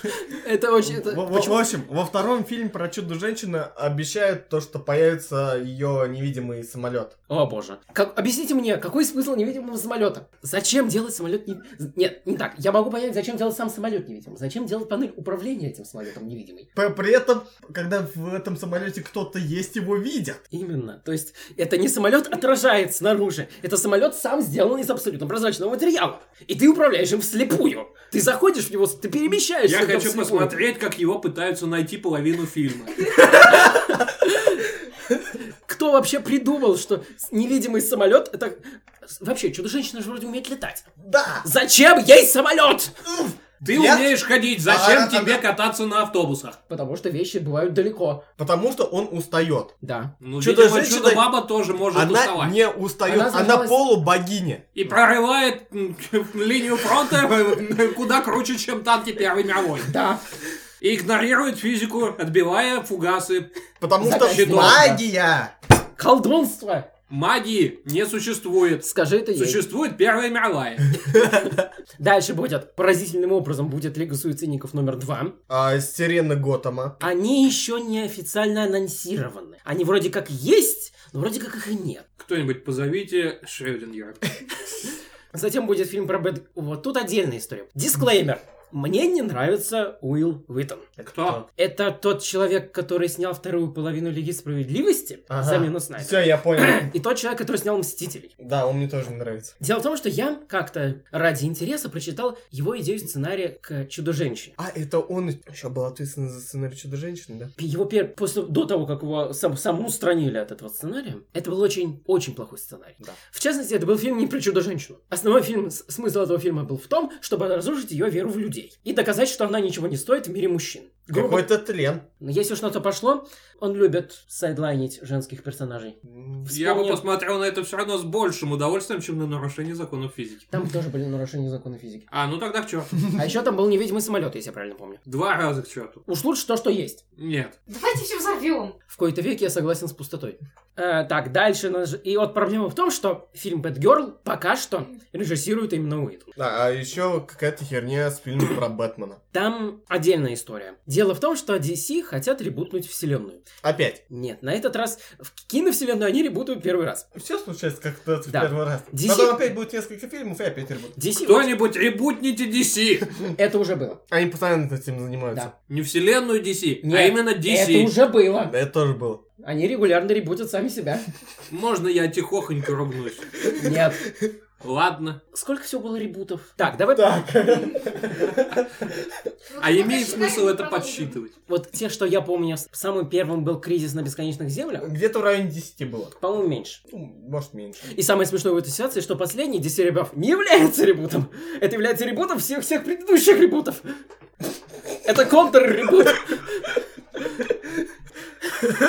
A: Это очень... это-
C: В, в-
A: почему-
C: в общем, во втором фильме про чудо-женщины обещают то, что появится ее невидимый самолет.
A: О боже. Как... Объясните мне, какой смысл невидимого самолета? Зачем делать самолет не... Нет, не так. Я могу понять, зачем делать сам самолет невидимым. Зачем делать панель управления этим самолетом невидимой?
C: П- При этом, когда в этом самолете кто-то есть, его видят.
A: Именно. То есть это не самолет отражает снаружи. Это самолет сам сделан из абсолютно прозрачного материала. И ты управляешь им вслепую. Ты заходишь в него, ты перемещаешься.
B: Я
A: в него
B: хочу
A: вслепую.
B: посмотреть, как его пытаются найти половину фильма.
A: Кто вообще придумал, что с- невидимый самолет это... с- Вообще, чудо-женщина же вроде умеет летать.
C: Да!
A: Зачем ей самолет?
B: Ты
C: Я-
B: умеешь ходить, зачем
C: А, а,
B: тебе
C: а,
B: кататься на автобусах?
A: Потому что вещи бывают далеко.
C: Потому что он устает.
A: Да.
B: Ну, видимо,
C: Чудо-женщина-
B: чудо-баба тоже может
C: Она
B: уставать.
C: не устает,
A: Она
C: она,
A: занималась-
C: полубогиня.
B: И прорывает м, линию фронта э, куда круче, чем танки Первой мировой.
A: Да.
B: И игнорирует физику, отбивая фугасы.
C: Потому что
A: Заказчик, да.
C: магия!
A: Колдунство.
B: Магии не существует.
A: Скажи это ей.
B: Существует Первая мировая.
A: Дальше будет. Поразительным образом будет Лига Суицидников номер два.
C: А, сирена Готэма.
A: Они еще не официально анонсированы. Они вроде как есть, но вроде как их и нет.
B: Кто-нибудь позовите Шрёдингера.
A: Э, Затем будет фильм про Бэт... Вот тут отдельная история. Дисклеймер. Мне не нравится Уилл Уиттон.
B: Кто?
A: Это тот человек, который снял вторую половину Лиги Справедливости,
C: Ага.
A: замену Снайдера.
C: Все, я понял.
A: И тот человек, который снял Мстителей.
C: Да, он мне тоже не нравится.
A: Дело в том, что я как-то ради интереса прочитал его идею сценария к «Чудо-женщине».
C: А, это он еще был ответственен за сценарий Чудо-женщины, да?
A: Его пер... после до того, как его сам, саму устранили от этого сценария, это был очень очень плохой сценарий.
C: Да.
A: В частности, это был фильм не про чудо-женщину. Основной фильм с- смысл этого фильма был в том, чтобы разрушить ее веру в людей и доказать, что она ничего не стоит в мире мужчин. Грубо.
C: Какой-то тлен.
A: Но Если уж на то пошло, он любит сайдлайнить женских персонажей.
B: Я бы
A: Вспомни-
B: посмотрел на это все равно с большим удовольствием, чем на нарушение законов физики.
A: Там тоже были нарушения закона физики.
B: А, ну тогда к черту.
A: А еще там был невидимый самолет, если я правильно помню.
B: Два раза к черту.
A: Уж лучше то, что есть.
B: Нет.
E: Давайте все взорвем.
A: В кои-то веке я согласен с пустотой. Э, так, дальше. нас же- И вот проблема в том, что фильм Bad Girl пока что режиссирует именно Уитл.
C: Да, а еще какая-то херня с фильмом про Бэтмена.
A: Там отдельная история. Дело в том, что DC хотят ребутнуть вселенную.
C: Опять.
A: Нет, на этот раз в киновселенную они ребутают первый раз.
C: Все случается как-то в
A: Да.
C: первый раз.
A: DC
C: Потом опять будет несколько фильмов и опять работать.
A: DC
B: Кто-нибудь ребутните DC.
A: это уже было.
C: Они постоянно этим занимаются.
B: Не вселенную DC, а
A: Нет,
B: именно
A: Это
B: DC.
A: уже было.
C: Да, это тоже было.
A: Они регулярно ребутят сами себя.
B: Можно я тихохонько ругнусь?
A: Нет.
B: Ладно.
A: Сколько всего было ребутов? Так, давай
B: А имеет смысл это
E: подсчитывать?
B: подсчитывать?
A: вот те, что я помню, самым первым был кризис на бесконечных землях.
C: Где-то в районе 10 было.
A: По-моему, меньше.
C: Ну, Может, меньше.
A: И самое смешное в этой ситуации, что последний десеребав не является ребутом. Это является ребутом всех-всех предыдущих ребутов. Это контр-ребут.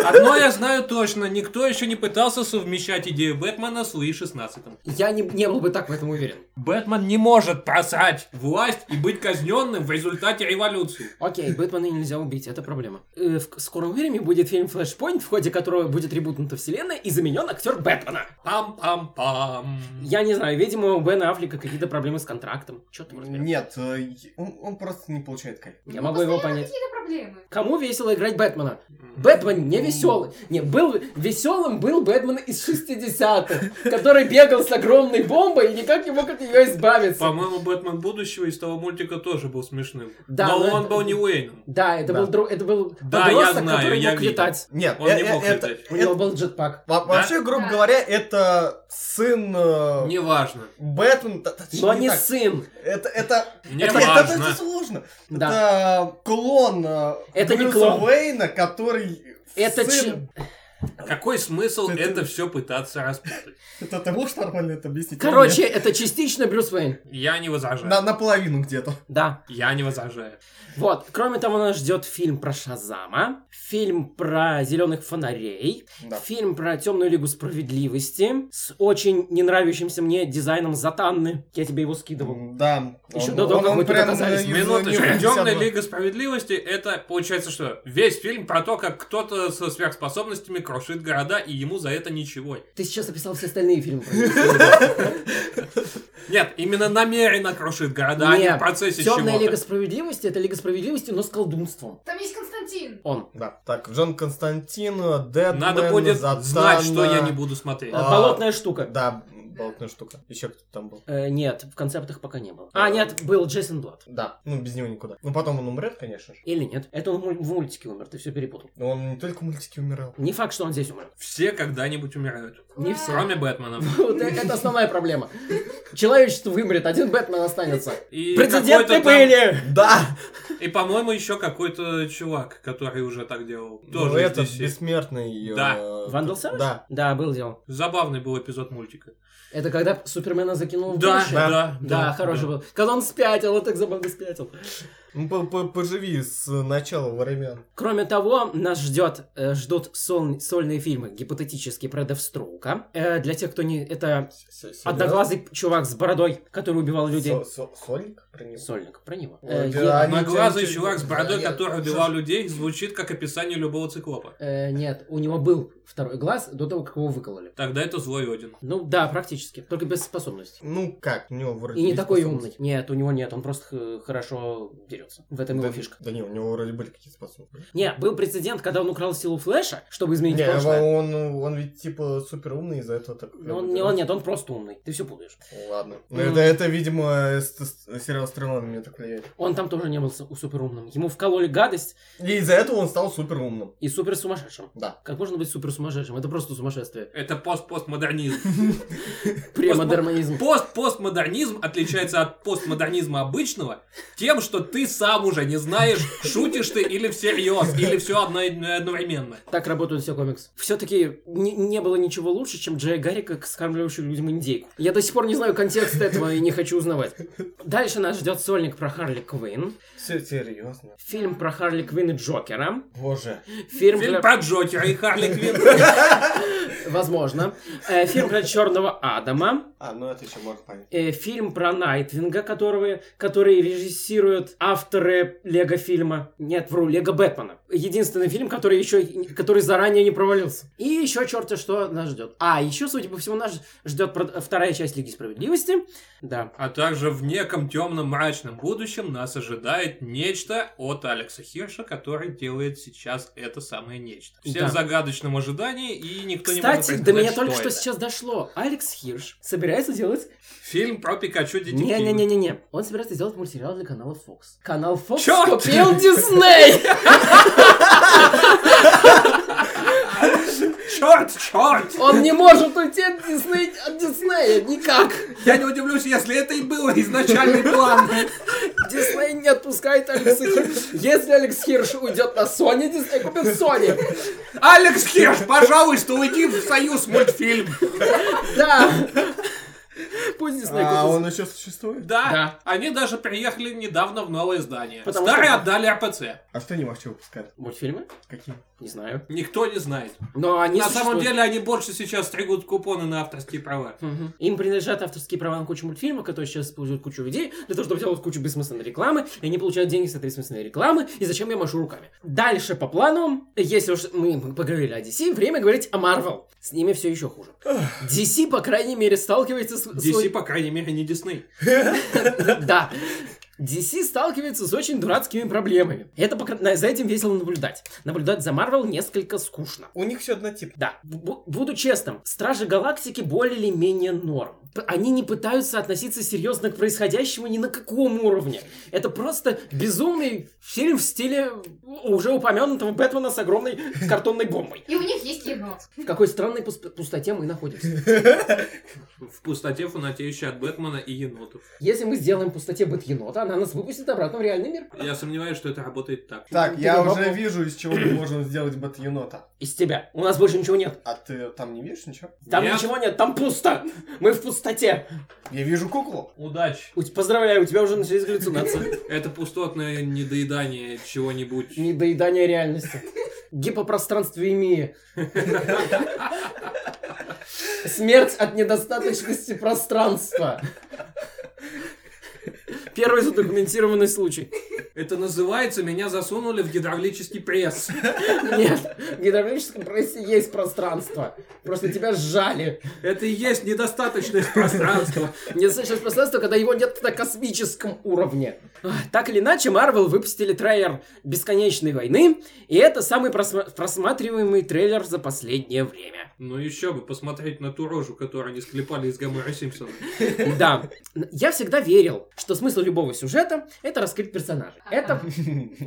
B: Одно я знаю точно, никто еще не пытался совмещать идею Бэтмена с Луи 16.
A: Я не, не был бы так в этом уверен.
B: Бэтмен не может просрать власть и быть казненным в результате революции.
A: Окей, Бэтмена нельзя убить, это проблема. Э, В скором времени будет фильм «Флэшпойнт», в ходе которого будет ребутнута вселенная и заменен актер Бэтмена.
B: Пам-пам-пам.
A: Я не знаю, видимо, у Бена Аффлека какие-то проблемы с контрактом. Чё ты разбираешь?
C: Нет, э, е- он, он просто не получает кайф.
A: Я могу его понять.
E: Ну, Какие-то проблемы.
A: Кому весело играть Бэтмена? Бэтмен не веселый. Не, был веселым был Бэтмен из 60-х, который бегал с огромной бомбой и никак не мог от нее избавиться.
B: По-моему, Бэтмен будущего из того мультика тоже был смешным.
A: Да,
B: но,
A: но
B: он
A: это-
B: был не Уэйном.
A: Да, это
C: Да.
A: был друг, это был
B: Да, я
A: подросток,
B: знаю,
A: который
B: я
A: мог
B: видел.
A: летать.
C: Нет,
B: Он
C: э-
B: не
C: э-
B: мог
C: это,
B: летать.
A: У
C: это-
A: него был джетпак.
C: во-
B: Да?
C: Вообще, грубо
E: Да.
C: говоря, это сын э,
B: Неважно.
C: Бэтмен. та- точнее,
A: Но не
C: так.
A: сын.
C: Это, это,
B: Не
C: это, это- это
B: важно.
C: сложно.
A: Да.
C: Это клон э,
A: Это не
C: Брюса
A: клон.
C: Уэйна, который
A: Это
C: сын.
B: Какой смысл
C: Ты- ты-
B: это все пытаться распутать?
C: Это ты можешь нормально это объяснить?
A: Короче, это частично Брюс Уэйн.
B: Я не
C: Нет.
B: возражаю.
C: На- наполовину где-то.
A: Да.
B: Я не возражаю.
A: Вот. Кроме того, нас ждет фильм про Шазама, фильм про зеленых фонарей,
C: Да.
A: фильм про темную лигу справедливости с очень не нравящимся мне дизайном Затанны. Я тебе его скидывал.
C: М, Да.
A: Еще
C: Он-
A: до того,
C: он-
A: как
C: он
A: мы тут
C: прям э,
A: оказались.
C: из-
B: Минуточку.
C: из- из-
B: Темная
C: из-
B: Лига Справедливости это получается что? Весь фильм про то, как кто-то со сверхспособностями крушит города, и ему за это ничего.
A: Ты сейчас описал все остальные фильмы. про Брюса Уэйна.
B: Нет, именно намеренно крушит города, а не в
A: Нет,
B: процессе
A: Темная
B: чего-то.
A: Лига Справедливости это Лига Справедливости, но с колдунством.
E: Там есть Константин.
A: Он.
C: Да. Так, Джон Константин, Дэдмен,
B: Надо будет
C: Затана.
B: знать, что я не буду смотреть.
C: А.
A: Э, Болотная штука.
C: Да, болтная штука. Еще кто там был.
A: Э, нет, в концептах пока не было. А, нет, был Джейсон Блад.
C: Да, ну без него никуда. Ну потом он умрет, конечно же.
A: Или нет. Это он в муль- в мультике умер, ты все перепутал.
C: Но он не только в мультике умирал.
A: Не факт, что он здесь умер.
B: Все когда-нибудь умирают. Ну,
A: Не все.
B: Кроме Бэтмена.
A: Вот э- это основная проблема. Человечество вымрет, один Бэтмен останется.
B: И
A: Прецеденты
B: какой-то там-
A: были!
C: Да!
B: И, по-моему, еще какой-то чувак, который уже так делал.
A: Ну,
C: Тоже
B: Тоже из
C: этот
B: DC.
C: бессмертный... э,
B: Да.
A: Ван Дел Савич?
C: Да.
A: Да, был дело.
B: Забавный был эпизод мультика.
A: Это когда Супермена закинул Ну, в
B: Да,
A: будущее?
B: да, да.
A: Да, хороший был. Когда он спятил, он так забавно спятил.
C: Ну, по- по- Поживи с начала времен.
A: Кроме того, нас ждет, э, ждут сол- сольные фильмы гипотетически про Девстроука. Э, для тех, кто не... Это одноглазый чувак с бородой, который убивал людей.
C: Со- со- Сольник про него?
A: Сольник, про него.
C: Ой,
A: Э,
C: да,
A: е-
C: они
B: Одноглазый
C: тянут-
B: чувак с бородой,
C: Да, я-
B: который убивал людей, звучит как описание любого циклопа.
A: э, Нет, у него был второй глаз до того, как его выкололи.
B: Тогда это злой Один.
A: Ну да, практически. Только без способностей.
C: Ну как, у него вроде
A: И не
C: есть
A: такой умный.
C: способности.
A: Нет, у него нет, он просто х- хорошо дерется. В этом его
C: Да,
A: фишка.
C: Да не, у него вроде были какие-то способности.
A: Не, был прецедент, когда он украл силу Флэша, чтобы изменить
C: Не, а
A: прошлое.
C: он, он ведь типа супер умный, из-за этого так...
A: Но Ну, он, не, он нет, он просто умный. Ты все путаешь.
C: Ладно. Ну,
A: М.
C: это, это, видимо, с- с- сериал «Стрела» на меня так влияет.
A: Он там тоже не был с- суперумным. Ему вкололи гадость
C: И из-за этого он стал супер умным.
A: и супер сумасшедшим.
C: Да.
A: Как можно быть супер сумасшедшим? Это просто сумасшествие.
B: Это пост-постмодернизм.
A: Премодернизм.
B: Пост-постмодернизм отличается от постмодернизма обычного тем, что ты сам уже не знаешь, шутишь ты или всерьез, или все одновременно.
A: Так работают все комиксы. Все-таки не, не было ничего лучше, чем Джея Гаррика, скармливающего людям индейку. Я до сих пор не знаю контекста этого и не хочу узнавать. Дальше нас ждет сольник про Харли Квинн,
C: Все серьезно.
A: фильм про Харли Квинн и Джокера,
C: Боже.
A: фильм,
B: Фильм
A: про...
B: про Джокера и Харли Квинн.
A: Возможно. Э, фильм про Черного Адама,
C: А, ну это еще можно понять.
A: э, фильм про Найтвинга, которого, который режиссируют авторы Лего фильма. Нет, вру, Лего Бэтмена. Единственный фильм, который еще, который заранее не провалился. И еще черти что нас ждет. А, еще, судя по всему, нас ждет прод- вторая часть Лиги Справедливости. Да.
B: А также в неком темном мрачном будущем нас ожидает нечто от Алекса Хирша, который делает сейчас это самое нечто. Все
A: Да.
B: в загадочном ожидании, и никто не может
A: Кстати, до
B: предсказать,
A: меня только что
B: это.
A: сейчас дошло. Алекс Хирш собирается делать...
B: Фильм про Пикачу детектив.
A: Не-не-не-не-не. Он собирается делать мультсериал для канала Fox. Канал Fox
B: Чёрт!
A: купил Дисней!
B: Черт, черт!
A: Он не может уйти от Дисней- от Диснея никак.
B: Я не удивлюсь, если это и был изначальный план.
A: Дисней не отпускает Алекса Хирша. Если Алекс Хирш уйдет на Sony, Дисней купит Sony.
B: Алекс Хирш, пожалуйста, уйди в Союз мультфильм.
A: Да. Пусть Дисней купит.
C: А он еще существует?
B: Да,
A: Да.
B: они даже приехали недавно в новое здание.
A: Потому
B: Старые
A: что-
B: отдали РПЦ.
C: А что они вообще выпускают?
A: Мультфильмы?
C: Какие?
A: Не знаю.
B: Никто не знает.
A: Но они
B: на самом
A: существуют.
B: деле они больше сейчас стригут купоны на авторские права.
A: Мгм. Им принадлежат авторские права на кучу мультфильмов, которые сейчас используют кучу идей, для того, чтобы делать кучу бессмысленной рекламы, и они получают деньги с этой бессмысленной рекламы, и зачем я машу руками. Дальше по плану, если уж мы поговорили о DC, время говорить о Marvel. С ними все еще хуже. DC, по крайней мере, сталкивается с... с-
B: DC, по крайней мере, не Дисней.
A: Да. DC сталкивается с очень дурацкими проблемами. Это пока- на- за этим весело наблюдать. Наблюдать за Marvel несколько скучно.
C: У них все однотипно.
A: Да, Бу- буду честным, Стражи Галактики более или менее норм. П- Они не пытаются относиться серьезно к происходящему ни на каком уровне. Это просто безумный фильм в стиле уже упомянутого Бэтмена с огромной картонной бомбой.
E: И у них есть енот.
A: В какой странной пус- пустоте мы находимся.
B: В пустоте фанатеющий от Бэтмена и енотов.
A: Если мы сделаем пустоте быт енота, она нас выпустит обратно в реальный мир.
B: Я сомневаюсь, что это работает так.
C: Так,
A: Ты
C: я
A: попробовал?
C: уже вижу, из чего мы можем сделать бат-енота.
A: Из тебя. У нас больше ничего нет.
C: А ты там не видишь ничего?
A: Там
B: Нет.
A: ничего нет, там пусто. Мы в пустоте.
C: Я вижу куклу.
B: Удачи.
A: У- Поздравляю, у тебя уже начались галлюцинации.
B: Это пустотное недоедание чего-нибудь.
A: Недоедание реальности. Гипопространствоемия. Смерть от недостаточности пространства. Первый задокументированный случай.
B: Это называется «Меня засунули в гидравлический пресс».
A: Нет, в гидравлическом прессе есть пространство. Просто тебя сжали.
B: Это и есть недостаточность пространства.
A: Недостаточно пространства, когда его нет на космическом уровне. Ах, А, Так или иначе, Марвел выпустили трейлер «Бесконечной войны», и это самый просма- просматриваемый трейлер за последнее время.
B: Ну еще бы посмотреть на ту рожу, которую они склепали из Гомера Симпсона.
A: Да. Я всегда верил, что смысл любого сюжета — это раскрыть персонажа. Это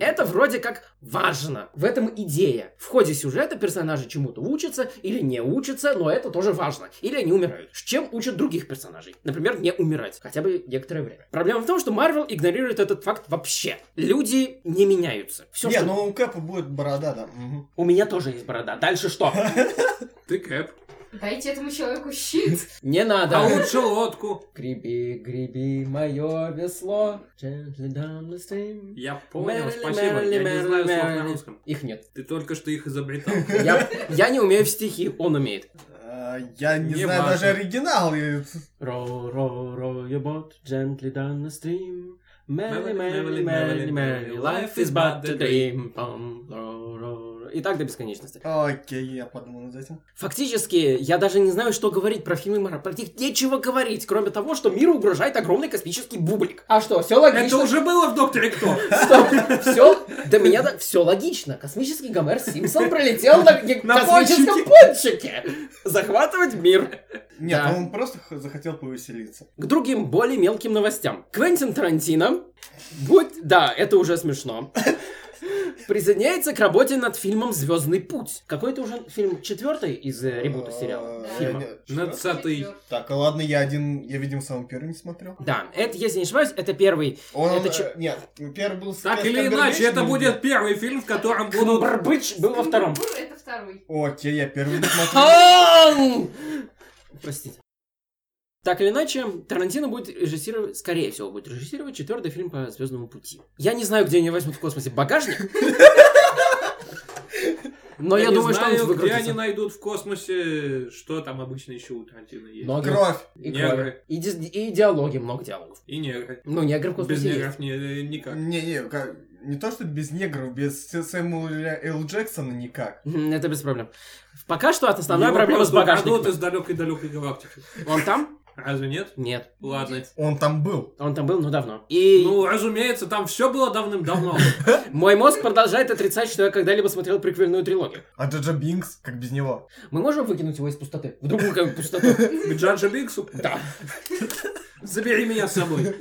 A: Это вроде как важно. В этом идея. В ходе сюжета персонажи чему-то учатся или не учатся, но это тоже важно. Или они умирают. С чем учат других персонажей? Например, не умирать. Хотя бы некоторое время. Проблема в том, что Марвел игнорирует этот факт вообще. Люди не меняются. Все,
C: Не,
A: что...
C: ну у Кэпа будет борода, да. мгм.
A: У меня тоже есть борода. Дальше что?
B: Ты Кэп.
E: Дайте этому человеку щит.
A: Не
B: А
A: надо.
B: лучше лодку.
A: Греби, греби мое весло. Gently down the stream.
B: Я понял,
A: Мерли,
B: спасибо.
A: мерли,
B: Я не
A: мерли,
B: знаю слов на
A: мерли.
B: русском.
A: Их нет.
B: Ты только что их изобретал.
A: Я, я не умею в стихи, он умеет.
C: А, Я не
B: Не
C: знаю даже
B: важно.
C: оригинал. и-
A: Row, row, row your boat gently down the stream. Merrily, merrily, merrily,
B: Merrily,
A: merrily,
B: merrily, merrily,
A: life is but a dream. Pum, row, row, row. И так до бесконечности.
C: Окей, я подумал над этим.
A: Фактически, я даже не знаю, что говорить про фильмы Марвел. Про них нечего говорить, кроме того, что миру угрожает огромный космический бублик. А что, все
B: Это
A: логично?
B: уже было в «Докторе Кто».
A: Все, до меня все логично. Космический Гомер Симпсон пролетел на,
B: На
A: космическом пончике. Захватывать мир.
C: Нет,
A: Да.
C: он просто х- захотел повеселиться.
A: к другим более мелким новостям. Квентин Тарантино, будь... Да, это уже смешно. Присоединяется к работе над фильмом «Звездный путь». Какой это уже фильм четвертый из э, ребута сериала?
C: А,
A: Фильма.
C: я не-
B: На
C: что?
B: цатый.
C: Так, а ладно, я один, я, видимо, самый первый не смотрел.
A: Да, это, если не ошибаюсь, это первый.
C: Он,
A: Это
C: э,
A: чё-
C: Нет, первый был... с
B: Так
C: Кэс
B: или иначе,
C: Камбербэтчем
B: это
C: или
B: будет первый фильм, в котором будут...
A: Барбыч был во втором.
E: Каламбур Это второй.
C: нет? Окей, я первый не смотрел.
A: Ам! Простите. Так или иначе, Тарантино будет режиссировать, скорее всего, будет режиссировать четвертый фильм по Звездному пути. Я не знаю, где они возьмут в космосе багажник. Но я
B: не
A: думаю, что он
B: знаю, где они
A: выкрутится.
B: найдут в космосе, что там обычно еще у Тарантино есть.
A: Но-
C: Кровь.
A: И,
B: Негры.
A: крови. и, диз- и диалоги, много диалогов.
B: И негры.
A: Ну, негры в
B: Без
A: космосе есть.
B: негров не- никак.
C: Не, не, как- не то, что без негров, без С- Сэмюэля Л. Джексона никак.
A: Мгм, Это без проблем. Пока что основная
B: Его
A: проблема с
B: просто украдут
A: багажником.
B: из далекой-далекой галактики.
A: Он там?
B: Разве нет?
A: Нет.
B: Ладно.
C: Он там был.
A: Он там был, но давно. И
B: Ну, разумеется, там все было давным-давно.
A: мой мозг продолжает отрицать, что я когда-либо смотрел приквельную трилогию.
C: А Джаджа Бинкс, как без него.
A: Мы можем выкинуть его из пустоты? В другую как бы, пустоту?
B: К Джаджа Бинксу?
A: Да.
B: Забери меня с собой.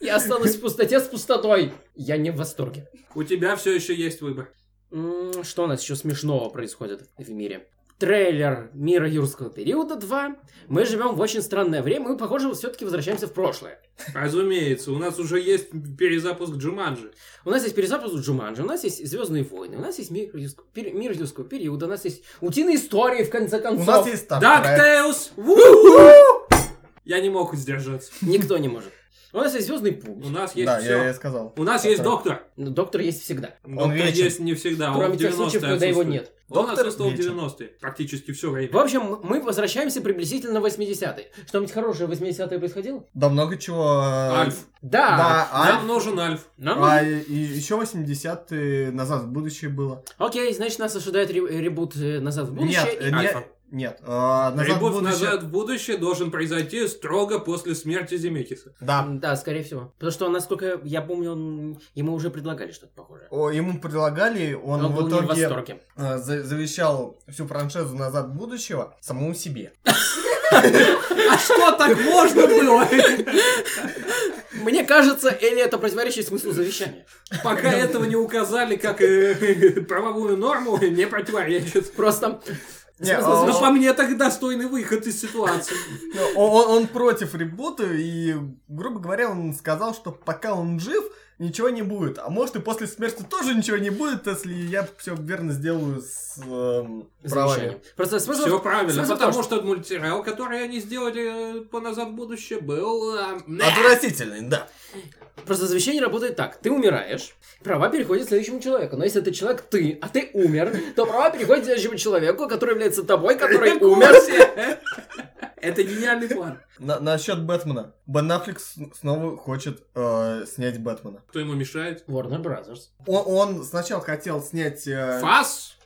A: Я останусь в пустоте с пустотой. Я не в восторге.
B: У тебя все еще есть выбор.
A: М, Что у нас еще смешного происходит в мире? Трейлер «Мира юрского периода 2». Мы живем в очень странное время, мы, похоже, все-таки возвращаемся в прошлое.
B: Разумеется, у нас уже есть перезапуск Джуманджи.
A: У нас есть перезапуск Джуманджи, у нас есть Звездные войны, у нас есть мир, юрск- пер- мир юрского периода, у нас есть утиные истории, в конце
C: У
A: концов.
C: нас есть Стартрек.
B: Дактеус! Я не мог сдержаться.
A: Никто не может. У нас есть Звездный
B: У
A: путь.
B: нас есть
C: Да,
B: все.
C: я, я сказал.
B: У нас есть доктор.
A: Но Доктор есть всегда.
B: Доктор
C: вечен.
B: есть не всегда. он
A: Кроме
B: в
A: тех случаев,
B: 90-е
A: когда его
B: отсутствует.
A: нет.
B: Он
C: Доктор
B: отсутствовал в
C: вечен. Э,
B: 90-е. Практически все
A: В
B: время.
A: общем, мы возвращаемся приблизительно в 80-е. Что-нибудь хорошее в 80-е происходило?
C: Да много чего... э,
B: Альф.
A: Да.
C: Да,
B: Нам
C: Альф.
B: нужен Альф.
A: Нам
C: А и еще 80-е назад в будущее было.
A: Окей, значит, нас ожидает ре- ребут э, назад в будущее.
C: нет,
A: и
C: э, не-
A: Альфа.
C: нет. э, назад в
B: Ребут
C: будущее.
B: назад в будущее должен произойти строго после смерти Земекиса.
C: Да.
A: Да, скорее всего. Потому что, насколько я помню, он- ему уже предлагали что-то похожее.
C: О, ему предлагали, он,
A: Он,
C: в
A: был не в
C: итоге
A: восторге.
C: э, за- завещал всю франшизу назад в будущего самому себе.
B: А что так можно было?
A: Мне кажется, или это противоречит смыслу завещания.
B: Пока этого не указали как э, правовую норму, не противоречит.
A: Просто...
C: Не,
A: смысл
C: а-
B: Ну,
A: завещания-
B: по мне, так достойный выход из ситуации.
C: Ну, Он, он- он против ребута, и, грубо говоря, он сказал, что пока он жив, ничего не будет. А может и после смерти тоже ничего не будет, если я все верно сделаю с эм, правами.
A: завещанием. Просто смысл...
B: Все правильно,
A: смысл в
B: потому
A: том,
B: что мультсериал, который они сделали э, по «Назад в будущее», был...
A: А
B: э,
C: Отвратительный, да.
A: Просто завещание работает так. Ты умираешь, права переходят к следующему человеку. Но если это человек ты, а ты умер, то права переходят к следующему человеку, который является тобой, который умер.
B: Курсе. Это гениальный план.
C: На- насчет Бэтмена. Бен Аффлек с- снова хочет э, снять Бэтмена.
B: Кто ему мешает?
A: Warner Brothers.
C: Он, он сначала хотел снять э,
B: Фас?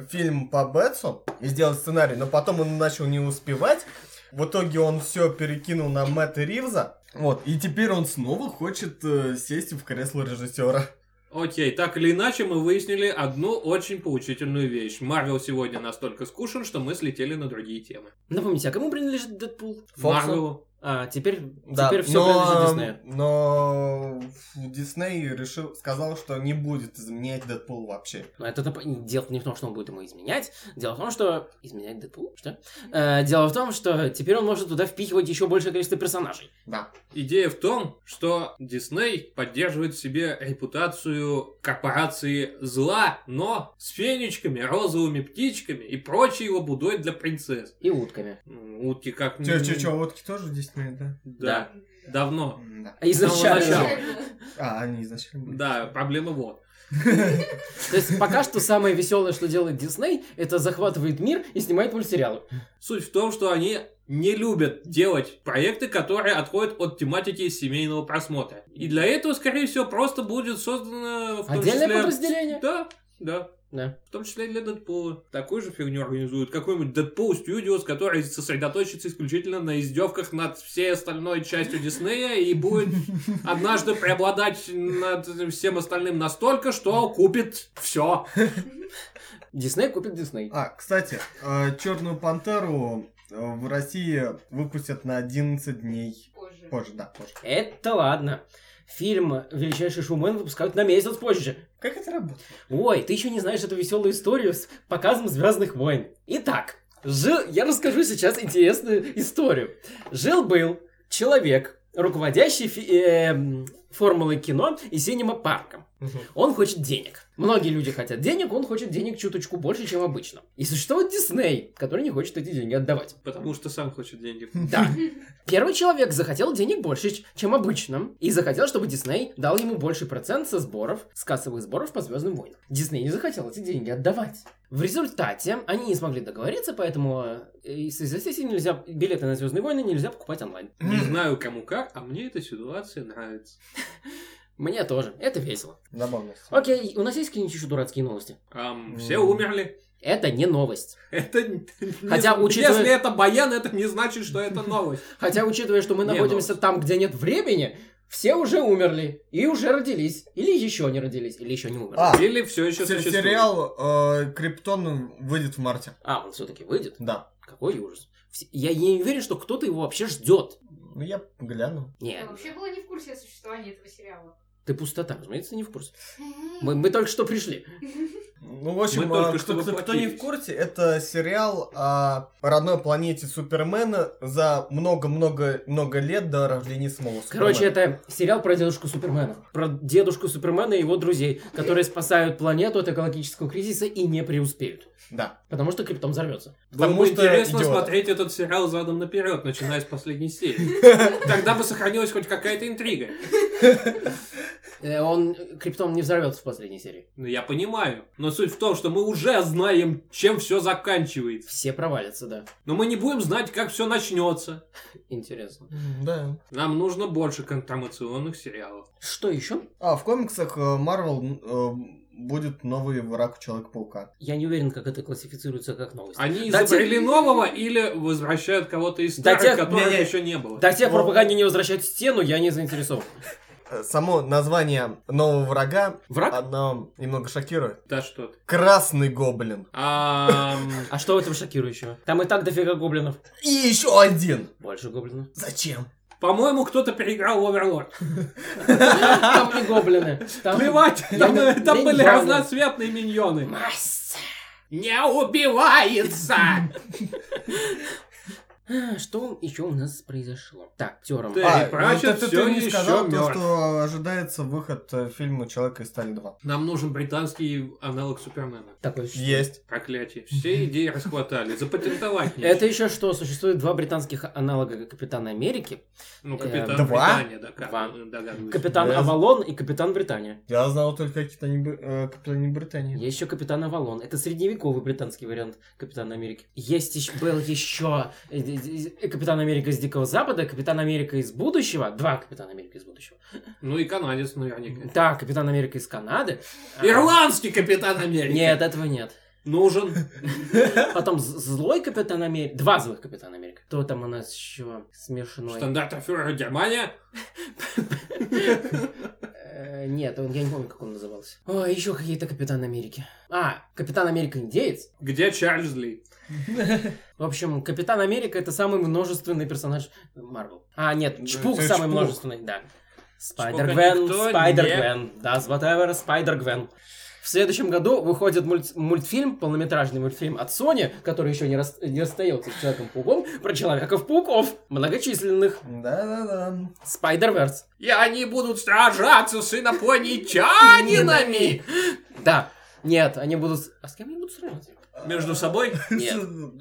C: ф- фильм по Бэтсу и сделать сценарий, но потом он начал не успевать. В итоге он все перекинул на Мэтта Ривза. Вот, и теперь он снова хочет э, сесть в кресло режиссера.
B: Окей, так или иначе мы выяснили одну очень поучительную вещь. Марвел сегодня настолько скушен, что мы слетели на другие темы.
A: Напомните, а кому принадлежит Дэдпул?
C: Фоксу.
B: Марвелу.
A: А, теперь,
C: Да,
A: теперь все принадлежит
C: но,
A: Диснею.
C: но Дисней решил, сказал, что не будет изменять Дэдпул вообще.
A: Но это доп- дело не в том, что он будет ему изменять. Дело в том, что... Изменять Дэдпул? Что? Э, дело в том, что теперь он может туда впихивать еще большее количество персонажей.
C: Да.
B: Идея в том, что Дисней поддерживает в себе репутацию корпорации зла, но с фенечками, розовыми птичками и прочей лабудой для принцесс.
A: И утками.
B: М, Утки как...
C: Че,
B: ни-
C: че, че, водки тоже Дисней, да?
B: Да. Давно.
C: Да.
A: А Изначально.
B: начала.
C: А, они изначально были.
B: Да, проблема вот.
A: То есть пока что самое веселое, что делает Дисней, это захватывает мир и снимает мультсериалы.
B: Суть в том, что они не любят делать проекты, которые отходят от тематики семейного просмотра. И для этого, скорее всего, просто будет создано в том
A: Отдельное
B: числе...
A: подразделение.
B: Да, да.
A: Да.
B: В том числе для Дэдпула. Такую же фигню организуют. Какой-нибудь Дэдпул Studios, который сосредоточится исключительно на издевках над всей остальной частью Диснея и будет однажды преобладать над всем остальным настолько, что купит все.
A: Дисней купит Дисней.
C: А, кстати, э, Черную Пантеру э, в России выпустят на 11 дней.
E: Позже.
C: Позже, да, позже.
A: Это ладно. Фильм «Величайший шумен» выпускают на месяц позже.
C: Как это работает?
A: Ой, ты еще не знаешь эту веселую историю с показом «Звездных войн». Итак, жи- я расскажу сейчас интересную историю. Жил-был человек, руководящий фи- э, м, формулой кино и синема-парком. Он хочет денег. Многие люди хотят денег, он хочет денег чуточку больше, чем обычно. И существует Дисней, который не хочет эти деньги отдавать.
B: Потому что сам хочет деньги.
A: Да. Первый человек захотел денег больше, ч- чем обычно, и захотел, чтобы Дисней дал ему больший процент со сборов, с кассовых сборов по Звездным войнам. Дисней не захотел эти деньги отдавать. В результате они не смогли договориться, поэтому э, и в связи с этим нельзя билеты на Звездные войны нельзя покупать онлайн.
B: Не знаю кому как, а мне эта ситуация нравится.
A: Мне тоже. Это весело.
C: Забавно.
A: Окей, у нас есть какие-нибудь еще дурацкие новости?
B: Ам, все
C: М.
B: умерли.
A: Это не новость.
B: Это н- не-
A: Хотя, учитывая-
B: Если это баян, это не значит, что это новость.
A: Хотя, учитывая, что мы
B: Не
A: находимся
B: новость.
A: там, где нет времени, все уже умерли. И уже родились. Или еще не родились. Или еще не умерли.
C: А,
B: Или все еще
C: се-
B: существует.
C: сериал э, Криптон выйдет в марте.
A: а он все-таки выйдет?
C: Да.
A: Какой ужас. Вс- Я, я не уверен, что кто-то его вообще ждет.
C: Ну, я гляну.
E: Я
A: Не,
E: вообще была не в курсе о существовании этого сериала.
A: ты пустота, разумеется, не в курсе.
E: Хм.
A: Мы, мы только что пришли.
C: Ну, в общем,
B: Мы только
C: а,
B: что
C: кто, кто- кто не
B: воплотились.
C: в курсе, это сериал о родной планете Супермена за много-много-много лет до рождения самого Супермена.
A: Короче, это сериал про дедушку Супермена. Про дедушку Супермена и его друзей, которые спасают планету от экологического кризиса и не преуспеют.
C: Да.
A: Потому что криптом взорвется.
B: Было
C: Потому
B: бы
C: что
B: интересно
C: идиота.
B: смотреть этот сериал задом наперед, начиная с последней серии. Тогда бы сохранилась хоть какая-то интрига.
A: Э, Он э, криптом не взорвется в последней серии.
B: Ну, я понимаю. Но суть в том, что мы уже знаем, чем все заканчивается.
A: Все провалятся, да.
B: Но мы не будем знать, как все начнется.
A: Интересно.
C: М, Да.
B: Нам нужно больше контрамационных сериалов.
A: Что еще?
C: А, в комиксах э, Марвел э, будет новый враг Человека-паука.
A: Я не уверен, как это классифицируется как новость.
B: Они
A: До
B: изобрели
A: тех-
B: нового или возвращают кого-то из
A: До
B: старых,
A: тех-
B: которых
C: Не-не.
B: еще не было.
A: До тех
C: Но-
A: пропаганде не возвращать стену, я не заинтересован.
C: Э, Само название нового врага,
A: Враг?
C: оно немного шокирует.
B: Да что ты.
C: Красный гоблин.
B: Ам,
A: А что в этом шокирующего? Там и так дофига гоблинов.
C: И еще один.
A: Больше гоблинов.
C: Зачем?
B: По-моему, кто-то переиграл в Overlord.
A: Там не гоблины. Там...
B: Плевать,
A: Я
B: там, э,
A: не-
B: там
A: я не
B: были
A: знаю.
B: разноцветные миньоны.
A: Масса.
B: Не убивается!
A: А, Что еще у нас произошло? Так, тером.
B: Ты-
C: А,
B: и прочее,
C: ты, ты-
B: всё
C: ты не
B: еще
C: сказал то,
B: мёртв.
C: что ожидается выход э, фильма Человека из стали 2.
B: Нам нужен британский аналог Супермена.
A: Такое существует.
C: Есть.
B: Проклятие. Все идеи расхватали. Запатентовать нечего.
A: Это еще что? Существует два британских аналога Капитана Америки.
B: Ну, капитан
C: Э, два?
B: Британия, да, как- э,
A: Два.
B: догадываюсь.
A: Капитан
C: Да.
A: Авалон и Капитан Британия.
C: Я знал только какие-то не Бр- э, Капитане Британии.
A: Есть еще Капитан Авалон. Это средневековый британский вариант Капитана Америки. Есть еще, был еще из- из- Капитан Америка из Дикого Запада, Капитан Америка из будущего, два Капитана Америка из будущего.
B: Ну и канадец наверняка.
A: Да, Капитан Америка из Канады. А,
B: Ирландский капитан Америки.
A: Нет, этого нет.
B: Нужен.
A: Потом з- злой Капитан Америка, два злых Капитана Америка. Кто там у нас еще смешной?
B: Стандартофюрер Германия.
A: Э, Нет, он- я не помню, как он назывался. Ой, еще какие-то Капитан Америки. А, Капитан Америка индеец.
B: Где Чарльз Ли?
A: В общем, Капитан Америка это самый множественный персонаж Марвел. А, нет,
B: Ну,
D: Да,
A: Чпук
D: это
A: самый
D: Чпук.
A: множественный, да. Спайдер
B: Чпука
A: Гвен,
B: никто
A: Спайдер
B: не-
A: Гвен, да, whatever, Спайдер Гвен. В следующем году выходит мульт- мультфильм, полнометражный мультфильм от Sony, который еще не, рас- не расстается с Человеком-пауком, про Человеков-пауков, многочисленных,
D: Да-да-да.
A: Спайдер-верс.
B: И они будут сражаться с инопланетянинами!
A: Да. Нет, они будут... с- А с кем они будут сражаться?
B: Между собой?
A: Нет.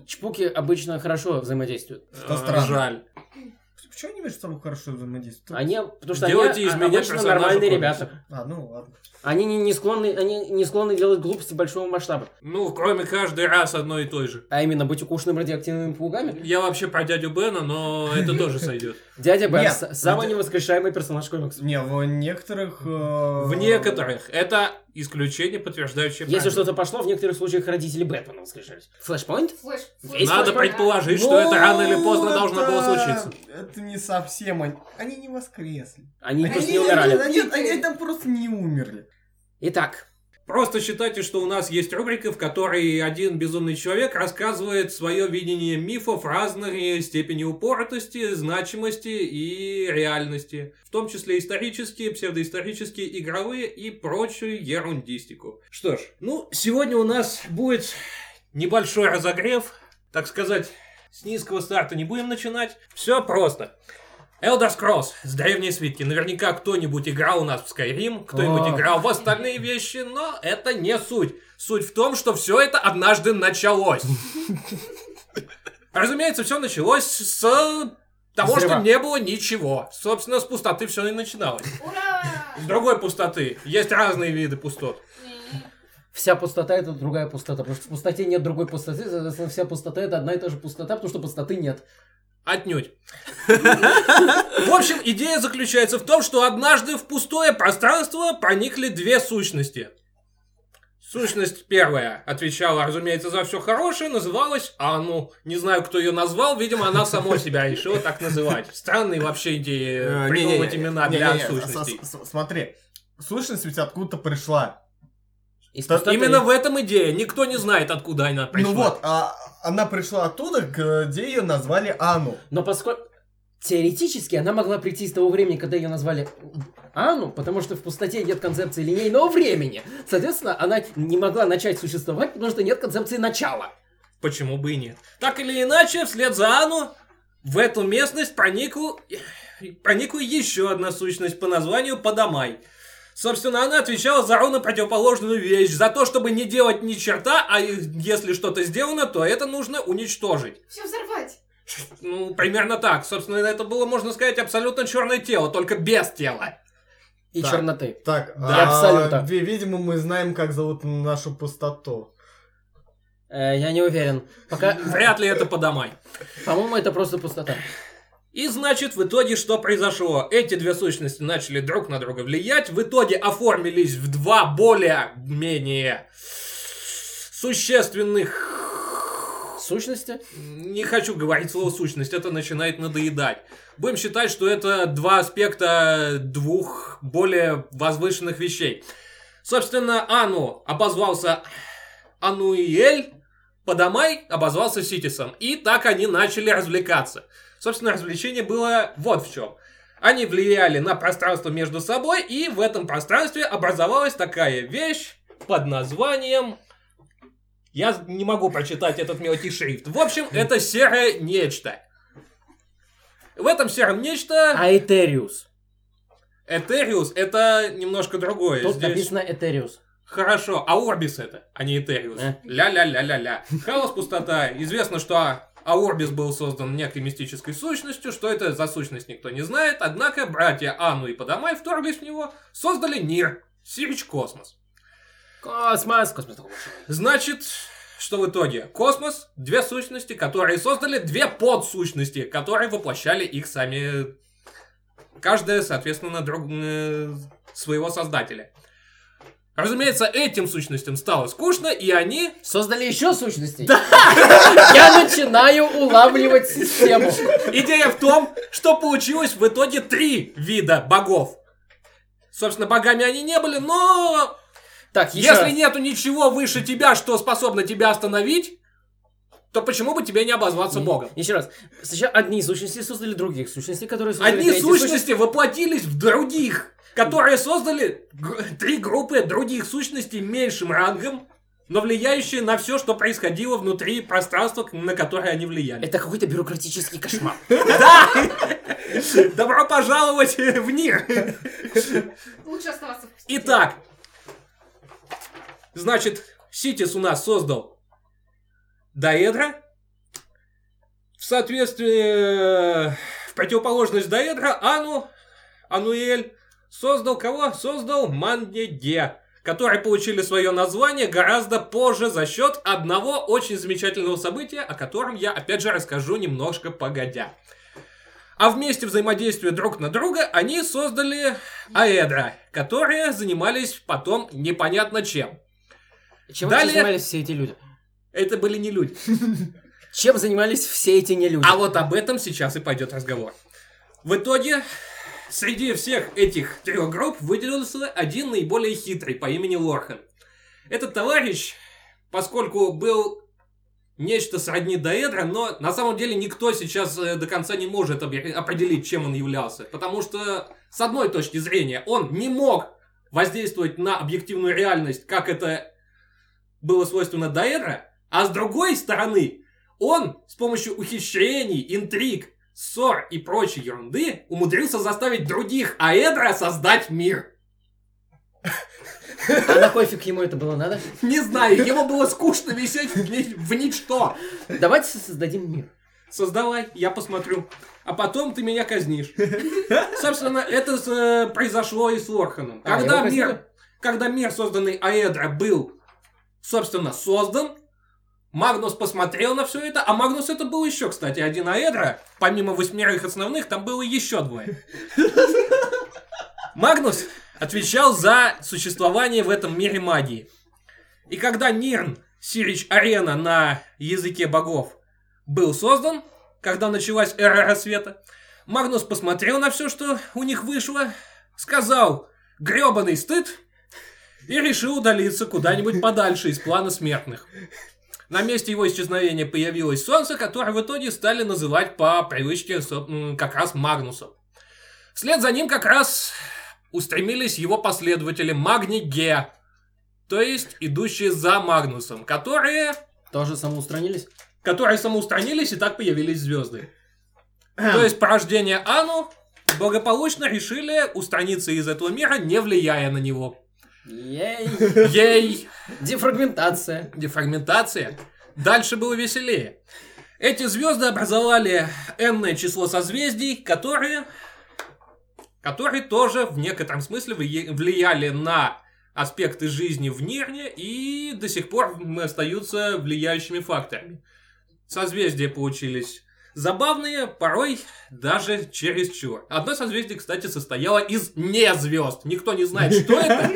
A: Чпуки обычно хорошо взаимодействуют.
D: Что
B: Э,
D: странно.
B: Жаль.
D: Почему они между собой хорошо взаимодействуют?
A: Они, потому что
B: Делайте
A: они
B: из
A: а,
B: меня
A: обычно
B: персонажа
A: нормальные
B: комикса.
A: ребята.
D: А, ну ладно.
A: Они не, не склонны, они не склонны делать глупости большого масштаба.
B: Ну, кроме каждый раз одной и той же.
A: А именно быть укушенным радиоактивными паугами.
B: Я вообще про дядю Бена, но это тоже сойдет.
A: Дядя Бен,
D: Нет,
A: с- самый
D: дядя-
A: невоскрешаемый персонаж комикса.
D: Не, в некоторых... э,
B: В некоторых это исключение,
A: А.
B: подтверждающее
A: Если
B: правило.
A: что-то пошло, в некоторых случаях родители Бэтмена воскрешались. Флэшпоинт?
E: Флэш.
A: Есть
B: Надо
A: такое,
B: предположить, что
D: Ну,
B: это рано или поздно
D: это-
B: должно было случиться.
D: Это не совсем они. Они не воскресли.
A: Они
D: Они-
A: просто не
D: они-
A: умирали.
D: Они, они- они там просто не умерли.
A: Итак,
B: Просто считайте, что у нас есть рубрика, в которой один безумный человек рассказывает свое видение мифов разной степени упоротости, значимости и реальности. В том числе исторические, псевдоисторические, игровые и прочую ерундистику. Что ж, ну, сегодня у нас будет небольшой разогрев, так сказать, с низкого старта не будем начинать. Все просто. Elder Scrolls с древней свитки. Наверняка кто-нибудь играл у нас в Skyrim, кто-нибудь
A: О.
B: играл А в остальные вещи, но это не суть. Суть в том, что все это однажды началось. Разумеется, все началось с того, что
A: Взрыва.
B: не было ничего. Собственно, с пустоты все и начиналось.
E: Ура!
B: С другой пустоты. Есть разные виды пустот.
A: вся пустота это другая пустота, потому что в пустоте нет другой пустоты, соответственно, вся пустота это одна и та же пустота, потому что пустоты нет.
B: Отнюдь. В общем, идея заключается в том, что однажды в пустое пространство проникли две сущности. Сущность первая отвечала, разумеется, за все хорошее, называлась Анну. Не знаю, кто ее назвал, видимо, она сама себя решила так называть. Странные вообще идеи
D: Э,
B: придумывать
D: не-не-не,
B: имена для
D: не-не-не,
B: сущностей.
D: с- с- Смотри, сущность ведь откуда-то пришла.
A: Из
D: Да,
A: пустоты.
B: Именно в этом идея. Никто не знает, откуда она пришла.
D: Ну вот, а она пришла оттуда, г- где ее назвали Ану.
A: Но поскольку... Теоретически она могла прийти с того времени, когда ее назвали Ану, потому что в пустоте нет концепции линейного времени. Соответственно, она не могла начать существовать, потому что нет концепции начала.
B: Почему бы и нет? Так или иначе, вслед за Ану в эту местность проникла, проникла еще одна сущность по названию Подамай. Собственно, она отвечала за ровно противоположную вещь, за то, чтобы не делать ни черта, а и- если что-то сделано, то это нужно уничтожить.
E: Все взорвать.
B: Ну, примерно так. Собственно, это было, можно сказать, абсолютно черное тело, только без тела.
A: И
B: Да.
A: черноты.
D: Так, а,
A: Да, абсолютно.
D: ви- Видимо, мы знаем, как зовут нашу пустоту.
A: Э, я не уверен. Пока...
B: Вряд ли это Подамай.
A: По-моему, это просто пустота.
B: И значит, в итоге что произошло? Эти две сущности начали друг на друга влиять, в итоге оформились в два более-менее существенных...
A: Сущности?
B: Не хочу говорить слово сущность, это начинает надоедать. Будем считать, что это два аспекта двух более возвышенных вещей. Собственно, Ану обозвался Ануиэль, Подамай обозвался Ситисом. И так они начали развлекаться. Собственно, развлечение было вот в чем. Они влияли на пространство между собой, и в этом пространстве образовалась такая вещь под названием... Я не могу прочитать этот мелкий шрифт. В
A: Хм.
B: общем, это серое нечто. В этом сером
A: А
B: нечто
A: Аэтериус.
B: Этериус это немножко другое.
A: Тут
B: Здесь-
A: написано Этериус.
B: Хорошо, а Орбис это, а не Этериус.
A: Э.
B: Ля-ля-ля-ля-ля. Хаос, пустота. Известно, что Аорбис был создан некой мистической сущностью, что это за сущность никто не знает, однако братья Анну и Подамай вторглись в него, создали Нир, Сирич Космос.
A: Космос. Космос такой большой.
B: Значит, что в итоге космос, две сущности, которые создали две подсущности, которые воплощали их сами, каждая, соответственно, друг, э, своего создателя. Разумеется, этим сущностям стало скучно, и они
A: Создали еще сущностей. Я начинаю улавливать систему.
B: Идея в том, что получилось в итоге три вида богов. Собственно, богами они не были, но
A: Так, еще
B: если
A: раз.
B: нету ничего выше тебя, что способно тебя остановить, то почему бы тебе не обозваться богом?
A: Еще раз. Сначала одни сущности создали других сущностей, которые создали
B: Одни
A: третьи
B: сущности воплотились в других, которые создали гр- три группы других сущностей меньшим рангом, но влияющие на все, что происходило внутри пространства, на которое они влияли.
A: Это какой-то бюрократический кошмар.
B: Да! Добро пожаловать э, в мир!
E: Лучше оставаться в пустоте.
B: Итак, значит, Ситис у нас создал доэдра. В соответствии, э, в противоположность доэдра, Ану, Ануэль создал кого? Создал Мандеде, которые получили свое название гораздо позже за счет одного очень замечательного события, о котором я опять же расскажу немножко погодя. А вместе взаимодействия друг на друга они создали Аэдра, которые занимались потом непонятно чем.
A: Чем
B: Далее.
A: вообще занимались все эти люди?
B: Это были не люди.
A: Чем занимались все эти нелюди?
B: А вот об этом сейчас и пойдет разговор. В итоге, среди всех этих трех групп выделился один наиболее хитрый по имени Лорхан. Этот товарищ, поскольку был нечто сродни Доэдра, но на самом деле никто сейчас э, до конца не может объ- определить, чем он являлся. Потому что, с одной точки зрения, он не мог воздействовать на объективную реальность, как это было свойственно Доэдра, а с другой стороны, он с помощью ухищрений, интриг, ссор и прочей ерунды умудрился заставить других Аэдра создать мир.
A: А на кой фиг ему это было надо?
B: Не знаю, ему было скучно висеть в ни- в ничто.
A: Давайте создадим мир.
B: Создавай, я посмотрю. А потом ты меня казнишь. Собственно, это с, э, произошло и с Лорханом.
A: А,
B: Когда
A: его казнили?
B: мир, когда мир, созданный Аэдра, был, собственно, создан, Магнус посмотрел на все это, а Магнус это был еще, кстати, один Аэдра. Помимо восьмерых основных, там было еще двое. Магнус отвечал за существование в этом мире магии. И когда Нирн, Сирич Арена на языке богов, был создан, когда началась эра рассвета, Магнус посмотрел на все, что у них вышло, сказал гребаный стыд и решил удалиться куда-нибудь подальше из плана смертных. На месте его исчезновения появилось солнце, которое в итоге стали называть по привычке со- м, как раз Магнусом. Вслед за ним как раз устремились его последователи Магни Ге, то есть идущие за Магнусом, которые
A: Тоже самоустранились?
B: которые самоустранились и так появились звезды. То есть порождение Ану благополучно решили устраниться из этого мира, не влияя на него.
A: Ей.
B: Ей!
A: Дефрагментация.
B: Дефрагментация. Дальше было веселее. Эти звезды образовали энное число созвездий, которые, которые тоже в некотором смысле влия- влияли на аспекты жизни в Нирне и до сих пор м, остаются влияющими факторами. Созвездия получились забавные, порой даже чересчур. Одно созвездие, кстати, состояло из не звезд. Никто не знает, что это.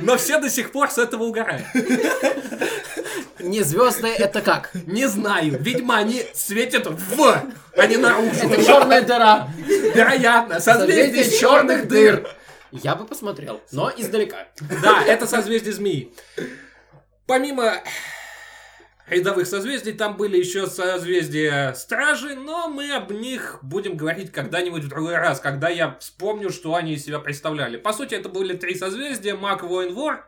B: Но все до сих пор с этого угорают.
A: Не звезды это как?
B: Не знаю. Видимо, они светят в, а не
A: Это
B: наружу.
A: черная дыра.
B: Вероятно, созвездие
A: Созвездие
B: черных дыр.
A: Я бы посмотрел, но издалека.
B: Да, это созвездие змеи. Помимо рядовых созвездий, там были еще созвездия стражи, но мы об них будем говорить когда-нибудь в другой раз, когда я вспомню, что они из себя представляли. По сути, это были три созвездия, маг, воин, вор,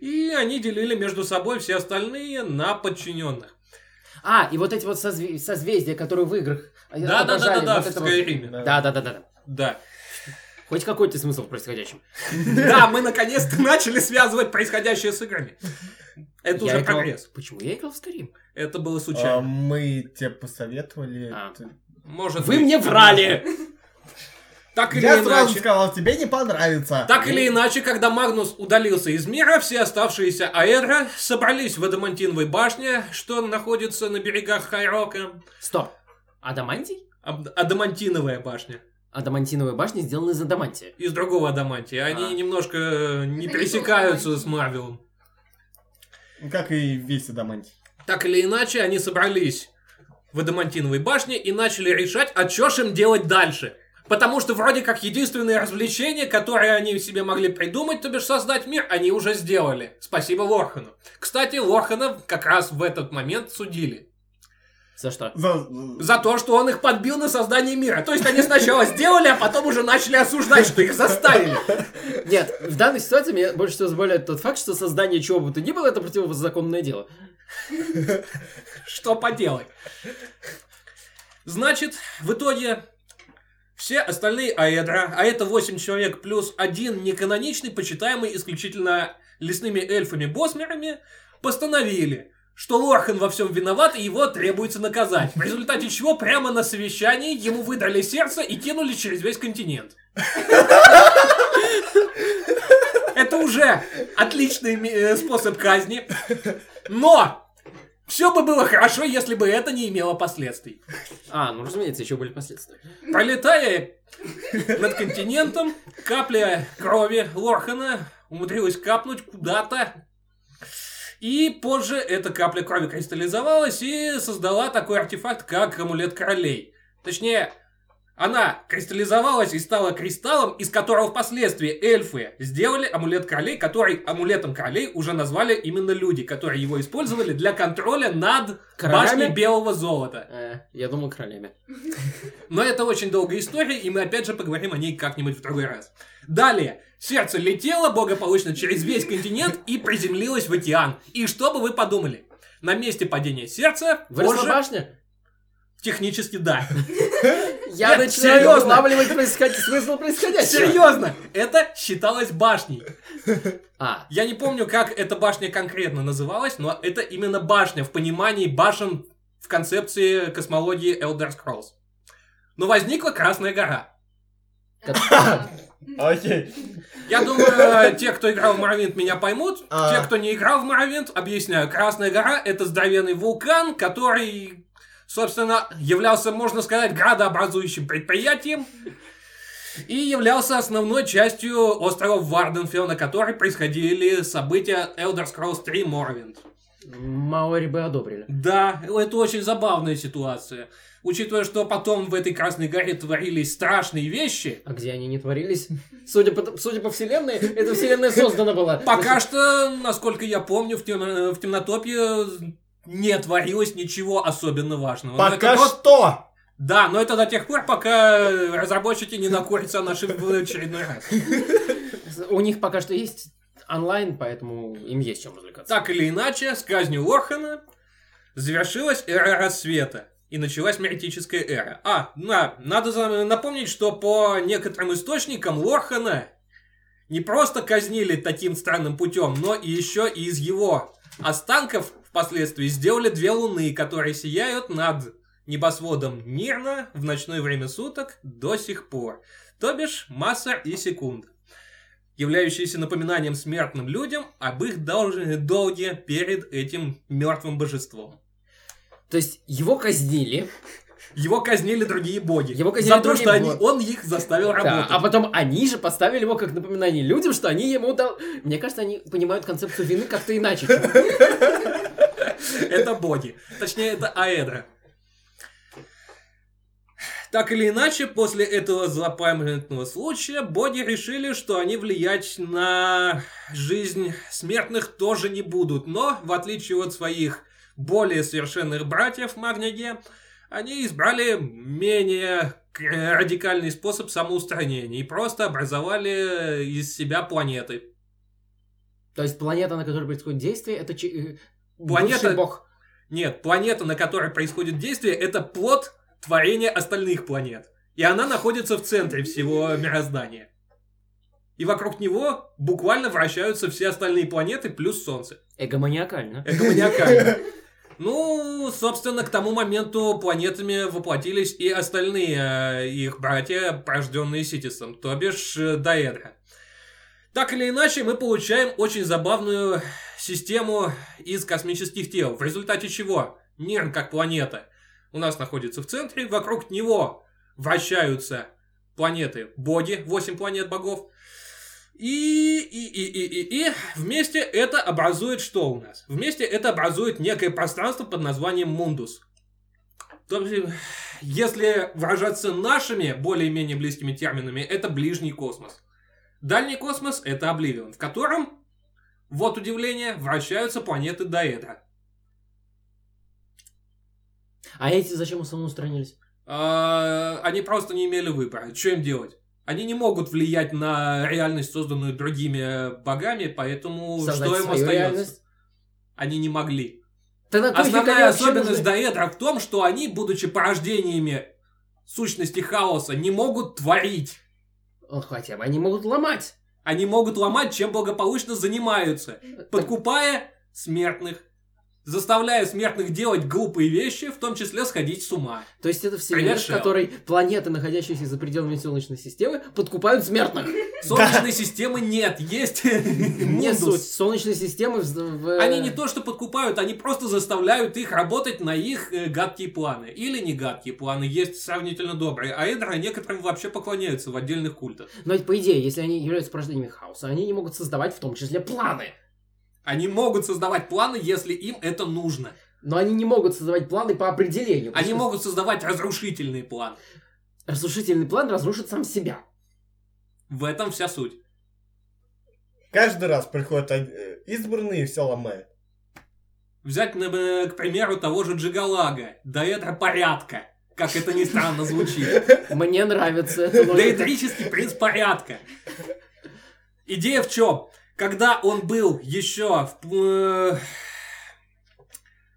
B: и они делили между собой все остальные на подчиненных.
A: А, и вот эти вот созв- созвездия, которые в играх отображали
B: Да-да-да-да-да,
A: вот
B: в
A: это вот-
B: Скайриме.
A: Да-да-да-да.
B: Да.
A: Хоть какой-то смысл в происходящем.
B: Да, мы наконец-то начали связывать происходящее с играми. Это
A: Я
B: уже
A: играл-
B: прогресс.
A: Почему я играл в Скайрим?
B: Это было
D: А,
B: случайно.
D: мы тебе посоветовали.
A: А.
D: ты-
B: Может
A: Вы
B: быть.
A: мне врали!
B: Так или
D: Я сразу
B: иначе.
D: сказал, тебе не понравится.
B: Так или иначе, когда Магнус удалился из мира, все оставшиеся Аэра собрались в Адамантиновой башне, что находится на берегах Хайрока.
A: Стоп. Адамантий?
B: Аб- Адамантиновая башня.
A: Адамантиновые башни сделаны из адамантия.
B: Из другого Адамантия. Они
A: А.
B: немножко э, не
E: Это не
B: пересекаются
E: тот
B: с Марвелом.
D: Как и весь Адамантий.
B: Так или иначе, они собрались в Адамантиновой башне и начали решать, а чё ж им делать дальше. Потому что вроде как единственное развлечение, которое они себе могли придумать, то бишь создать мир, они уже сделали. Спасибо Лорхану. Кстати, Лорхана как раз в этот момент судили.
A: За что?
D: За-
B: За то, что он их подбил на создание мира. То есть они сначала сделали, а потом уже начали осуждать, что их заставили.
A: Нет, в данной ситуации меня больше всего забавляет тот факт, что создание чего бы то ни было, это противозаконное дело.
B: Что поделать? Значит, в итоге все остальные аэдра, а это 8 человек плюс один неканоничный, почитаемый исключительно лесными эльфами-босмерами, постановили, что Лорхан во всем виноват и его требуется наказать. В результате чего прямо на совещании ему выдрали сердце и кинули через весь континент. Это уже отличный ми- э, способ казни. Но все бы было хорошо, если бы это не имело последствий.
A: А, ну разумеется, еще были последствия.
B: Пролетая над континентом, капля крови Лорхана умудрилась капнуть куда-то. И позже эта капля крови кристаллизовалась и создала такой артефакт, как амулет королей. Точнее, она кристаллизовалась и стала кристаллом, из которого впоследствии эльфы сделали амулет королей, который амулетом королей уже назвали именно люди, которые его использовали для контроля над башней
A: Королями?
B: белого золота.
A: Э, я думал, королями.
B: Но это очень долгая история, и мы опять же поговорим о ней как-нибудь в другой раз. Далее. Сердце летело благополучно через весь континент и приземлилось в океан. И что бы вы подумали? На месте падения сердца
A: Выросла
B: позже-
A: башня?
B: Технически да.
A: Я
B: Нет,
A: начинаю
B: серьезно.
A: улавливать происход- смысл происходящего.
B: Серьезно, это считалось башней.
A: А,
B: Я не помню, как эта башня конкретно называлась, но это именно башня в понимании башен в концепции космологии Elder Scrolls. Но возникла Красная гора.
C: Окей.
B: Я думаю, э, те, кто играл в Моровинт, меня поймут.
C: А.
B: Те, кто не играл в Моровинт, объясняю. Красная гора — это здоровенный вулкан, который, собственно, являлся, можно сказать, градообразующим предприятием. И являлся основной частью острова Варденфелл, на которой происходили события Elder Scrolls 3 Morrowind.
A: Маори бы одобрили.
B: Да, это очень забавная ситуация. Учитывая, что потом в этой Красной горе творились страшные вещи,
A: А где они не творились? Судя по, судя по вселенной, эта вселенная создана была.
B: Пока что, насколько я помню, в, тем- э, в темнотопе не творилось ничего особенно важного. Но
C: Пока
B: это вот-
C: что!
B: Да, но это до тех пор, пока разработчики не накурятся на ошибку в очередной раз.
A: У них пока что есть онлайн, поэтому им есть чем развлекаться.
B: Так или иначе, с казнью Лорхана завершилась эра рассвета. И началась меритическая эра. А, на, надо за- напомнить, что по некоторым источникам Лорхана не просто казнили таким странным путем, но и еще и из его останков впоследствии сделали две луны, которые сияют над небосводом мирно в ночное время суток до сих пор. То бишь масса и секунд являющиеся напоминанием смертным людям об их долж- долге перед этим мертвым божеством.
A: То есть его казнили,
B: Его казнили другие боги.
A: Его казнили
B: за то,
A: другие
B: что они,
A: боги.
B: он их заставил
A: да,
B: работать.
A: а потом они же поставили его как напоминание людям, что они ему дал... Мне кажется, они понимают концепцию вины как-то иначе.
B: Это боги. Точнее, это Аэдра. Так или иначе, после этого злопамятного случая, боги решили, что они влиять на жизнь смертных тоже не будут. Но, в отличие от своих более совершенных братьев Магниге, они избрали менее к- радикальный способ самоустранения и просто образовали из себя планеты.
A: То есть планета, на которой происходит действие, это чи- э,
B: Планета-
A: бывший бог.
B: Нет, планета, на которой происходит действие, это плод творения остальных планет. И она находится в центре всего мироздания. И вокруг него буквально вращаются все остальные планеты плюс Солнце.
A: Эгоманиакально.
B: Это маниакально. Ну, собственно, к тому моменту планетами воплотились и остальные э, их братья, порожденные Ситисом, то бишь э, Даэдра. Так или иначе, мы получаем очень забавную систему из космических тел, в результате чего Нерн, как планета, у нас находится в центре, вокруг него вращаются планеты боги, 8 планет богов, и, и, и, и, и, и вместе это образует что у нас? Вместе это образует некое пространство под названием Мундус. То есть, если выражаться нашими более-менее близкими терминами, это ближний космос. Дальний космос — это Обливион, в котором, вот удивление, вращаются планеты Даэдра.
A: А эти зачем у самого устранились?
B: А, они просто не имели выбора. Что им делать? Они не могут влиять на реальность, созданную другими богами, поэтому
A: Создать
B: Ну, что им
A: свою
B: остается?
A: реальность?
B: Они не могли.
A: Тогда на кой фиг они
B: Основная
A: вообще
B: особенность
A: нужны?
B: Даэдра в том, что они, будучи порождениями сущности хаоса, не могут творить.
A: Ну, хотя бы они могут ломать.
B: Они могут ломать, чем благополучно занимаются, подкупая смертных, заставляя смертных делать глупые вещи, в том числе сходить с ума.
A: То есть это вселенная,
B: Привет,
A: в
B: Шелл.
A: которой планеты, находящиеся за пределами Солнечной системы, подкупают смертных.
B: Солнечной системы нет, есть
A: Не суть.
B: Мундус.
A: Солнечной системы в- в-
B: Они не то что подкупают, они просто заставляют их работать на их э, гадкие планы. Или не гадкие планы, есть сравнительно добрые. А Эдра некоторым вообще поклоняются в отдельных культах.
A: Но ведь по идее, если они являются порождениями хаоса, они не могут создавать в том числе планы.
B: Они могут создавать планы, если им это нужно.
A: Но они не могут создавать планы по определению.
B: Они
A: потому
B: могут создавать разрушительные планы.
A: что Разрушительный план разрушит сам себя.
B: В этом вся суть.
C: Каждый раз приходят э, избранные и все ломают.
B: Взять, на- э, к примеру, того же Джигалага. До этого порядка. Как это ни странно звучит.
A: Мне нравится эта логика.
B: Доэтрический принцип порядка. Идея в чем? Когда он был еще, в, э,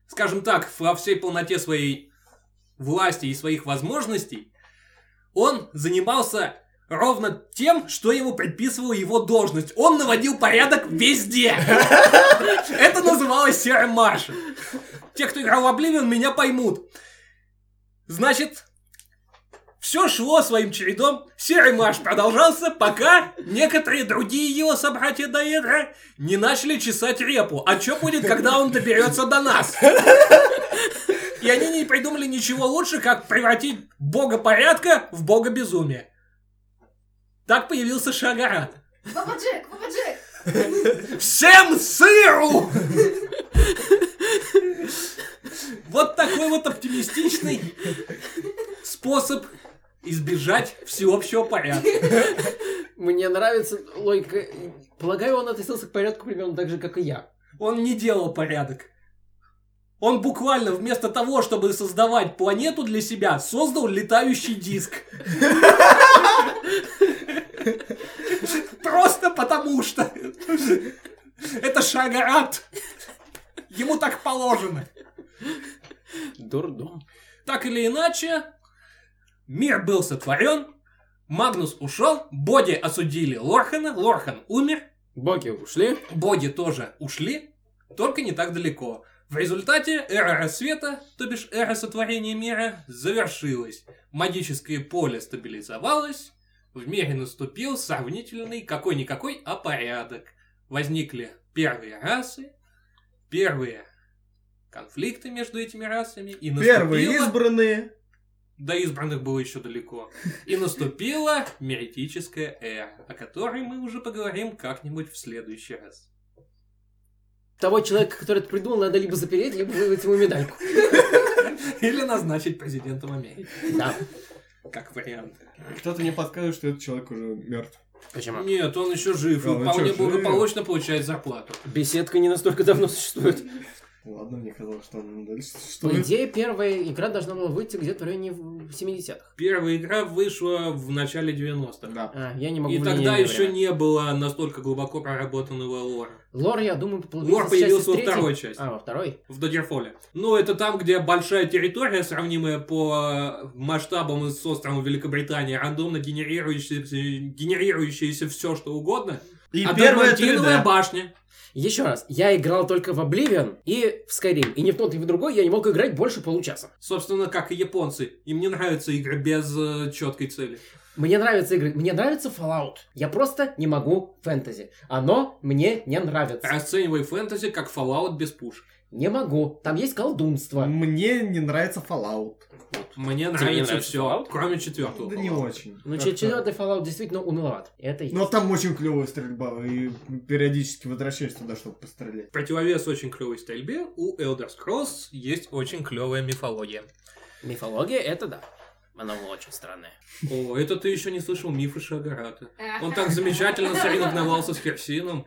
B: скажем так, во всей полноте своей власти и своих возможностей, он занимался ровно тем, что ему предписывала его должность. Он наводил порядок везде. Это называлось серым маршем. Те, кто играл в Oblivion, меня поймут. Значит, все шло своим чередом, серый марш продолжался, пока некоторые другие его собратья до ядра не начали чесать репу. А что будет, когда он доберется до нас? И они не придумали ничего лучше, как превратить бога порядка в бога безумия. Так появился Шагарат.
E: Баба Джек, Баба Джек!
B: Всем сыру! Вот такой вот оптимистичный способ избежать всеобщего порядка.
A: Мне нравится логика. Полагаю, он относился к порядку примерно так же, как и я.
B: Он не делал порядок. Он буквально вместо того, чтобы создавать планету для себя, создал летающий диск. Просто потому что. Это шагарат. Ему так положено.
A: Дурдом.
B: Так или иначе, мир был сотворен, Магнус ушел, боги осудили Лорхана, Лорхан умер,
A: Боги ушли.
B: боги тоже ушли, только не так далеко. В результате эра рассвета, то бишь эра сотворения мира, завершилась. Магическое поле стабилизовалось, в мире наступил сравнительный какой-никакой, а порядок. Возникли первые расы, первые конфликты между этими расами, и
D: Первые
B: наступила-
D: избранные.
B: до избранных было еще далеко. И наступила меритическая эра, о которой мы уже поговорим как-нибудь в следующий раз.
A: Того человека, который это придумал, надо либо запереть, либо выдать ему медальку.
B: Или назначить президентом Америки,
A: Да.
B: как вариант.
D: Кто-то мне подсказывает, что этот человек уже мертв.
A: Почему?
B: Нет, он еще жив
D: Да,
B: и
D: он
B: вполне
D: чё, жив?
B: благополучно получает зарплату.
A: Беседка не настолько давно существует.
D: Ну, Ладно, мне казалось, что он дальше. Что
A: По идее, первая игра должна была выйти где-то в районе 70-х.
B: Первая игра вышла в начале 90-х.
D: Да.
A: А, я не могу
B: И
A: в
B: тогда
A: линейное
B: еще
A: время.
B: не было настолько глубоко проработанного лора.
A: Лор, я думаю, появился
B: Лор
A: с части
B: появился во
A: третьей.
B: второй части.
A: А, во второй?
B: В Додерфоле. Ну, это там, где большая территория, сравнимая по э, масштабам с островом Великобритании, рандомно генерирующееся, генерирующееся все, что угодно,
D: И первая
B: Адамантиновая башня.
A: Еще раз, я играл только в Oblivion и в Skyrim. И ни в тот, ни в другой я не мог играть больше получаса.
B: Собственно, как и японцы. Им не нравятся игры без э, четкой цели.
A: Мне нравятся игры. Мне нравится Fallout. Я просто не могу фэнтези. Оно мне не нравится.
B: Расценивай фэнтези как Fallout без пушек.
A: Не могу. Там есть колдунство.
D: Мне не нравится Fallout.
A: Тебе
B: Мне
A: не
B: нравится
A: нравится
B: все,
A: Fallout?
B: кроме
C: А
B: четвертого.
D: Да не очень.
A: Ну,
D: Как-то.
A: че- четвертый Fallout действительно уныловат. Это есть.
D: Но там очень клевая стрельба, и периодически возвращаюсь туда, чтобы пострелять.
B: Противовес очень клевой стрельбе, у Elder Scrolls есть очень клевая мифология.
A: Мифология это да. Она очень странная.
B: О, это ты еще не слышал мифы Шагарата. Он так замечательно соревновался с Херсином.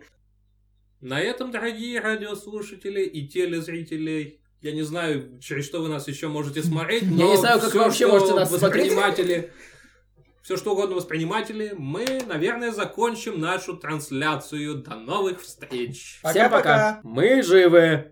B: На этом, дорогие радиослушатели и телезрители, я не знаю, через что вы нас еще можете смотреть, но
A: не знаю, как
B: всё,
A: вы вообще
B: что
A: можете нас смотреть.
B: восприниматели, все что угодно восприниматели, мы, наверное, закончим нашу трансляцию. До новых встреч!
A: Всем пока. Мы живы.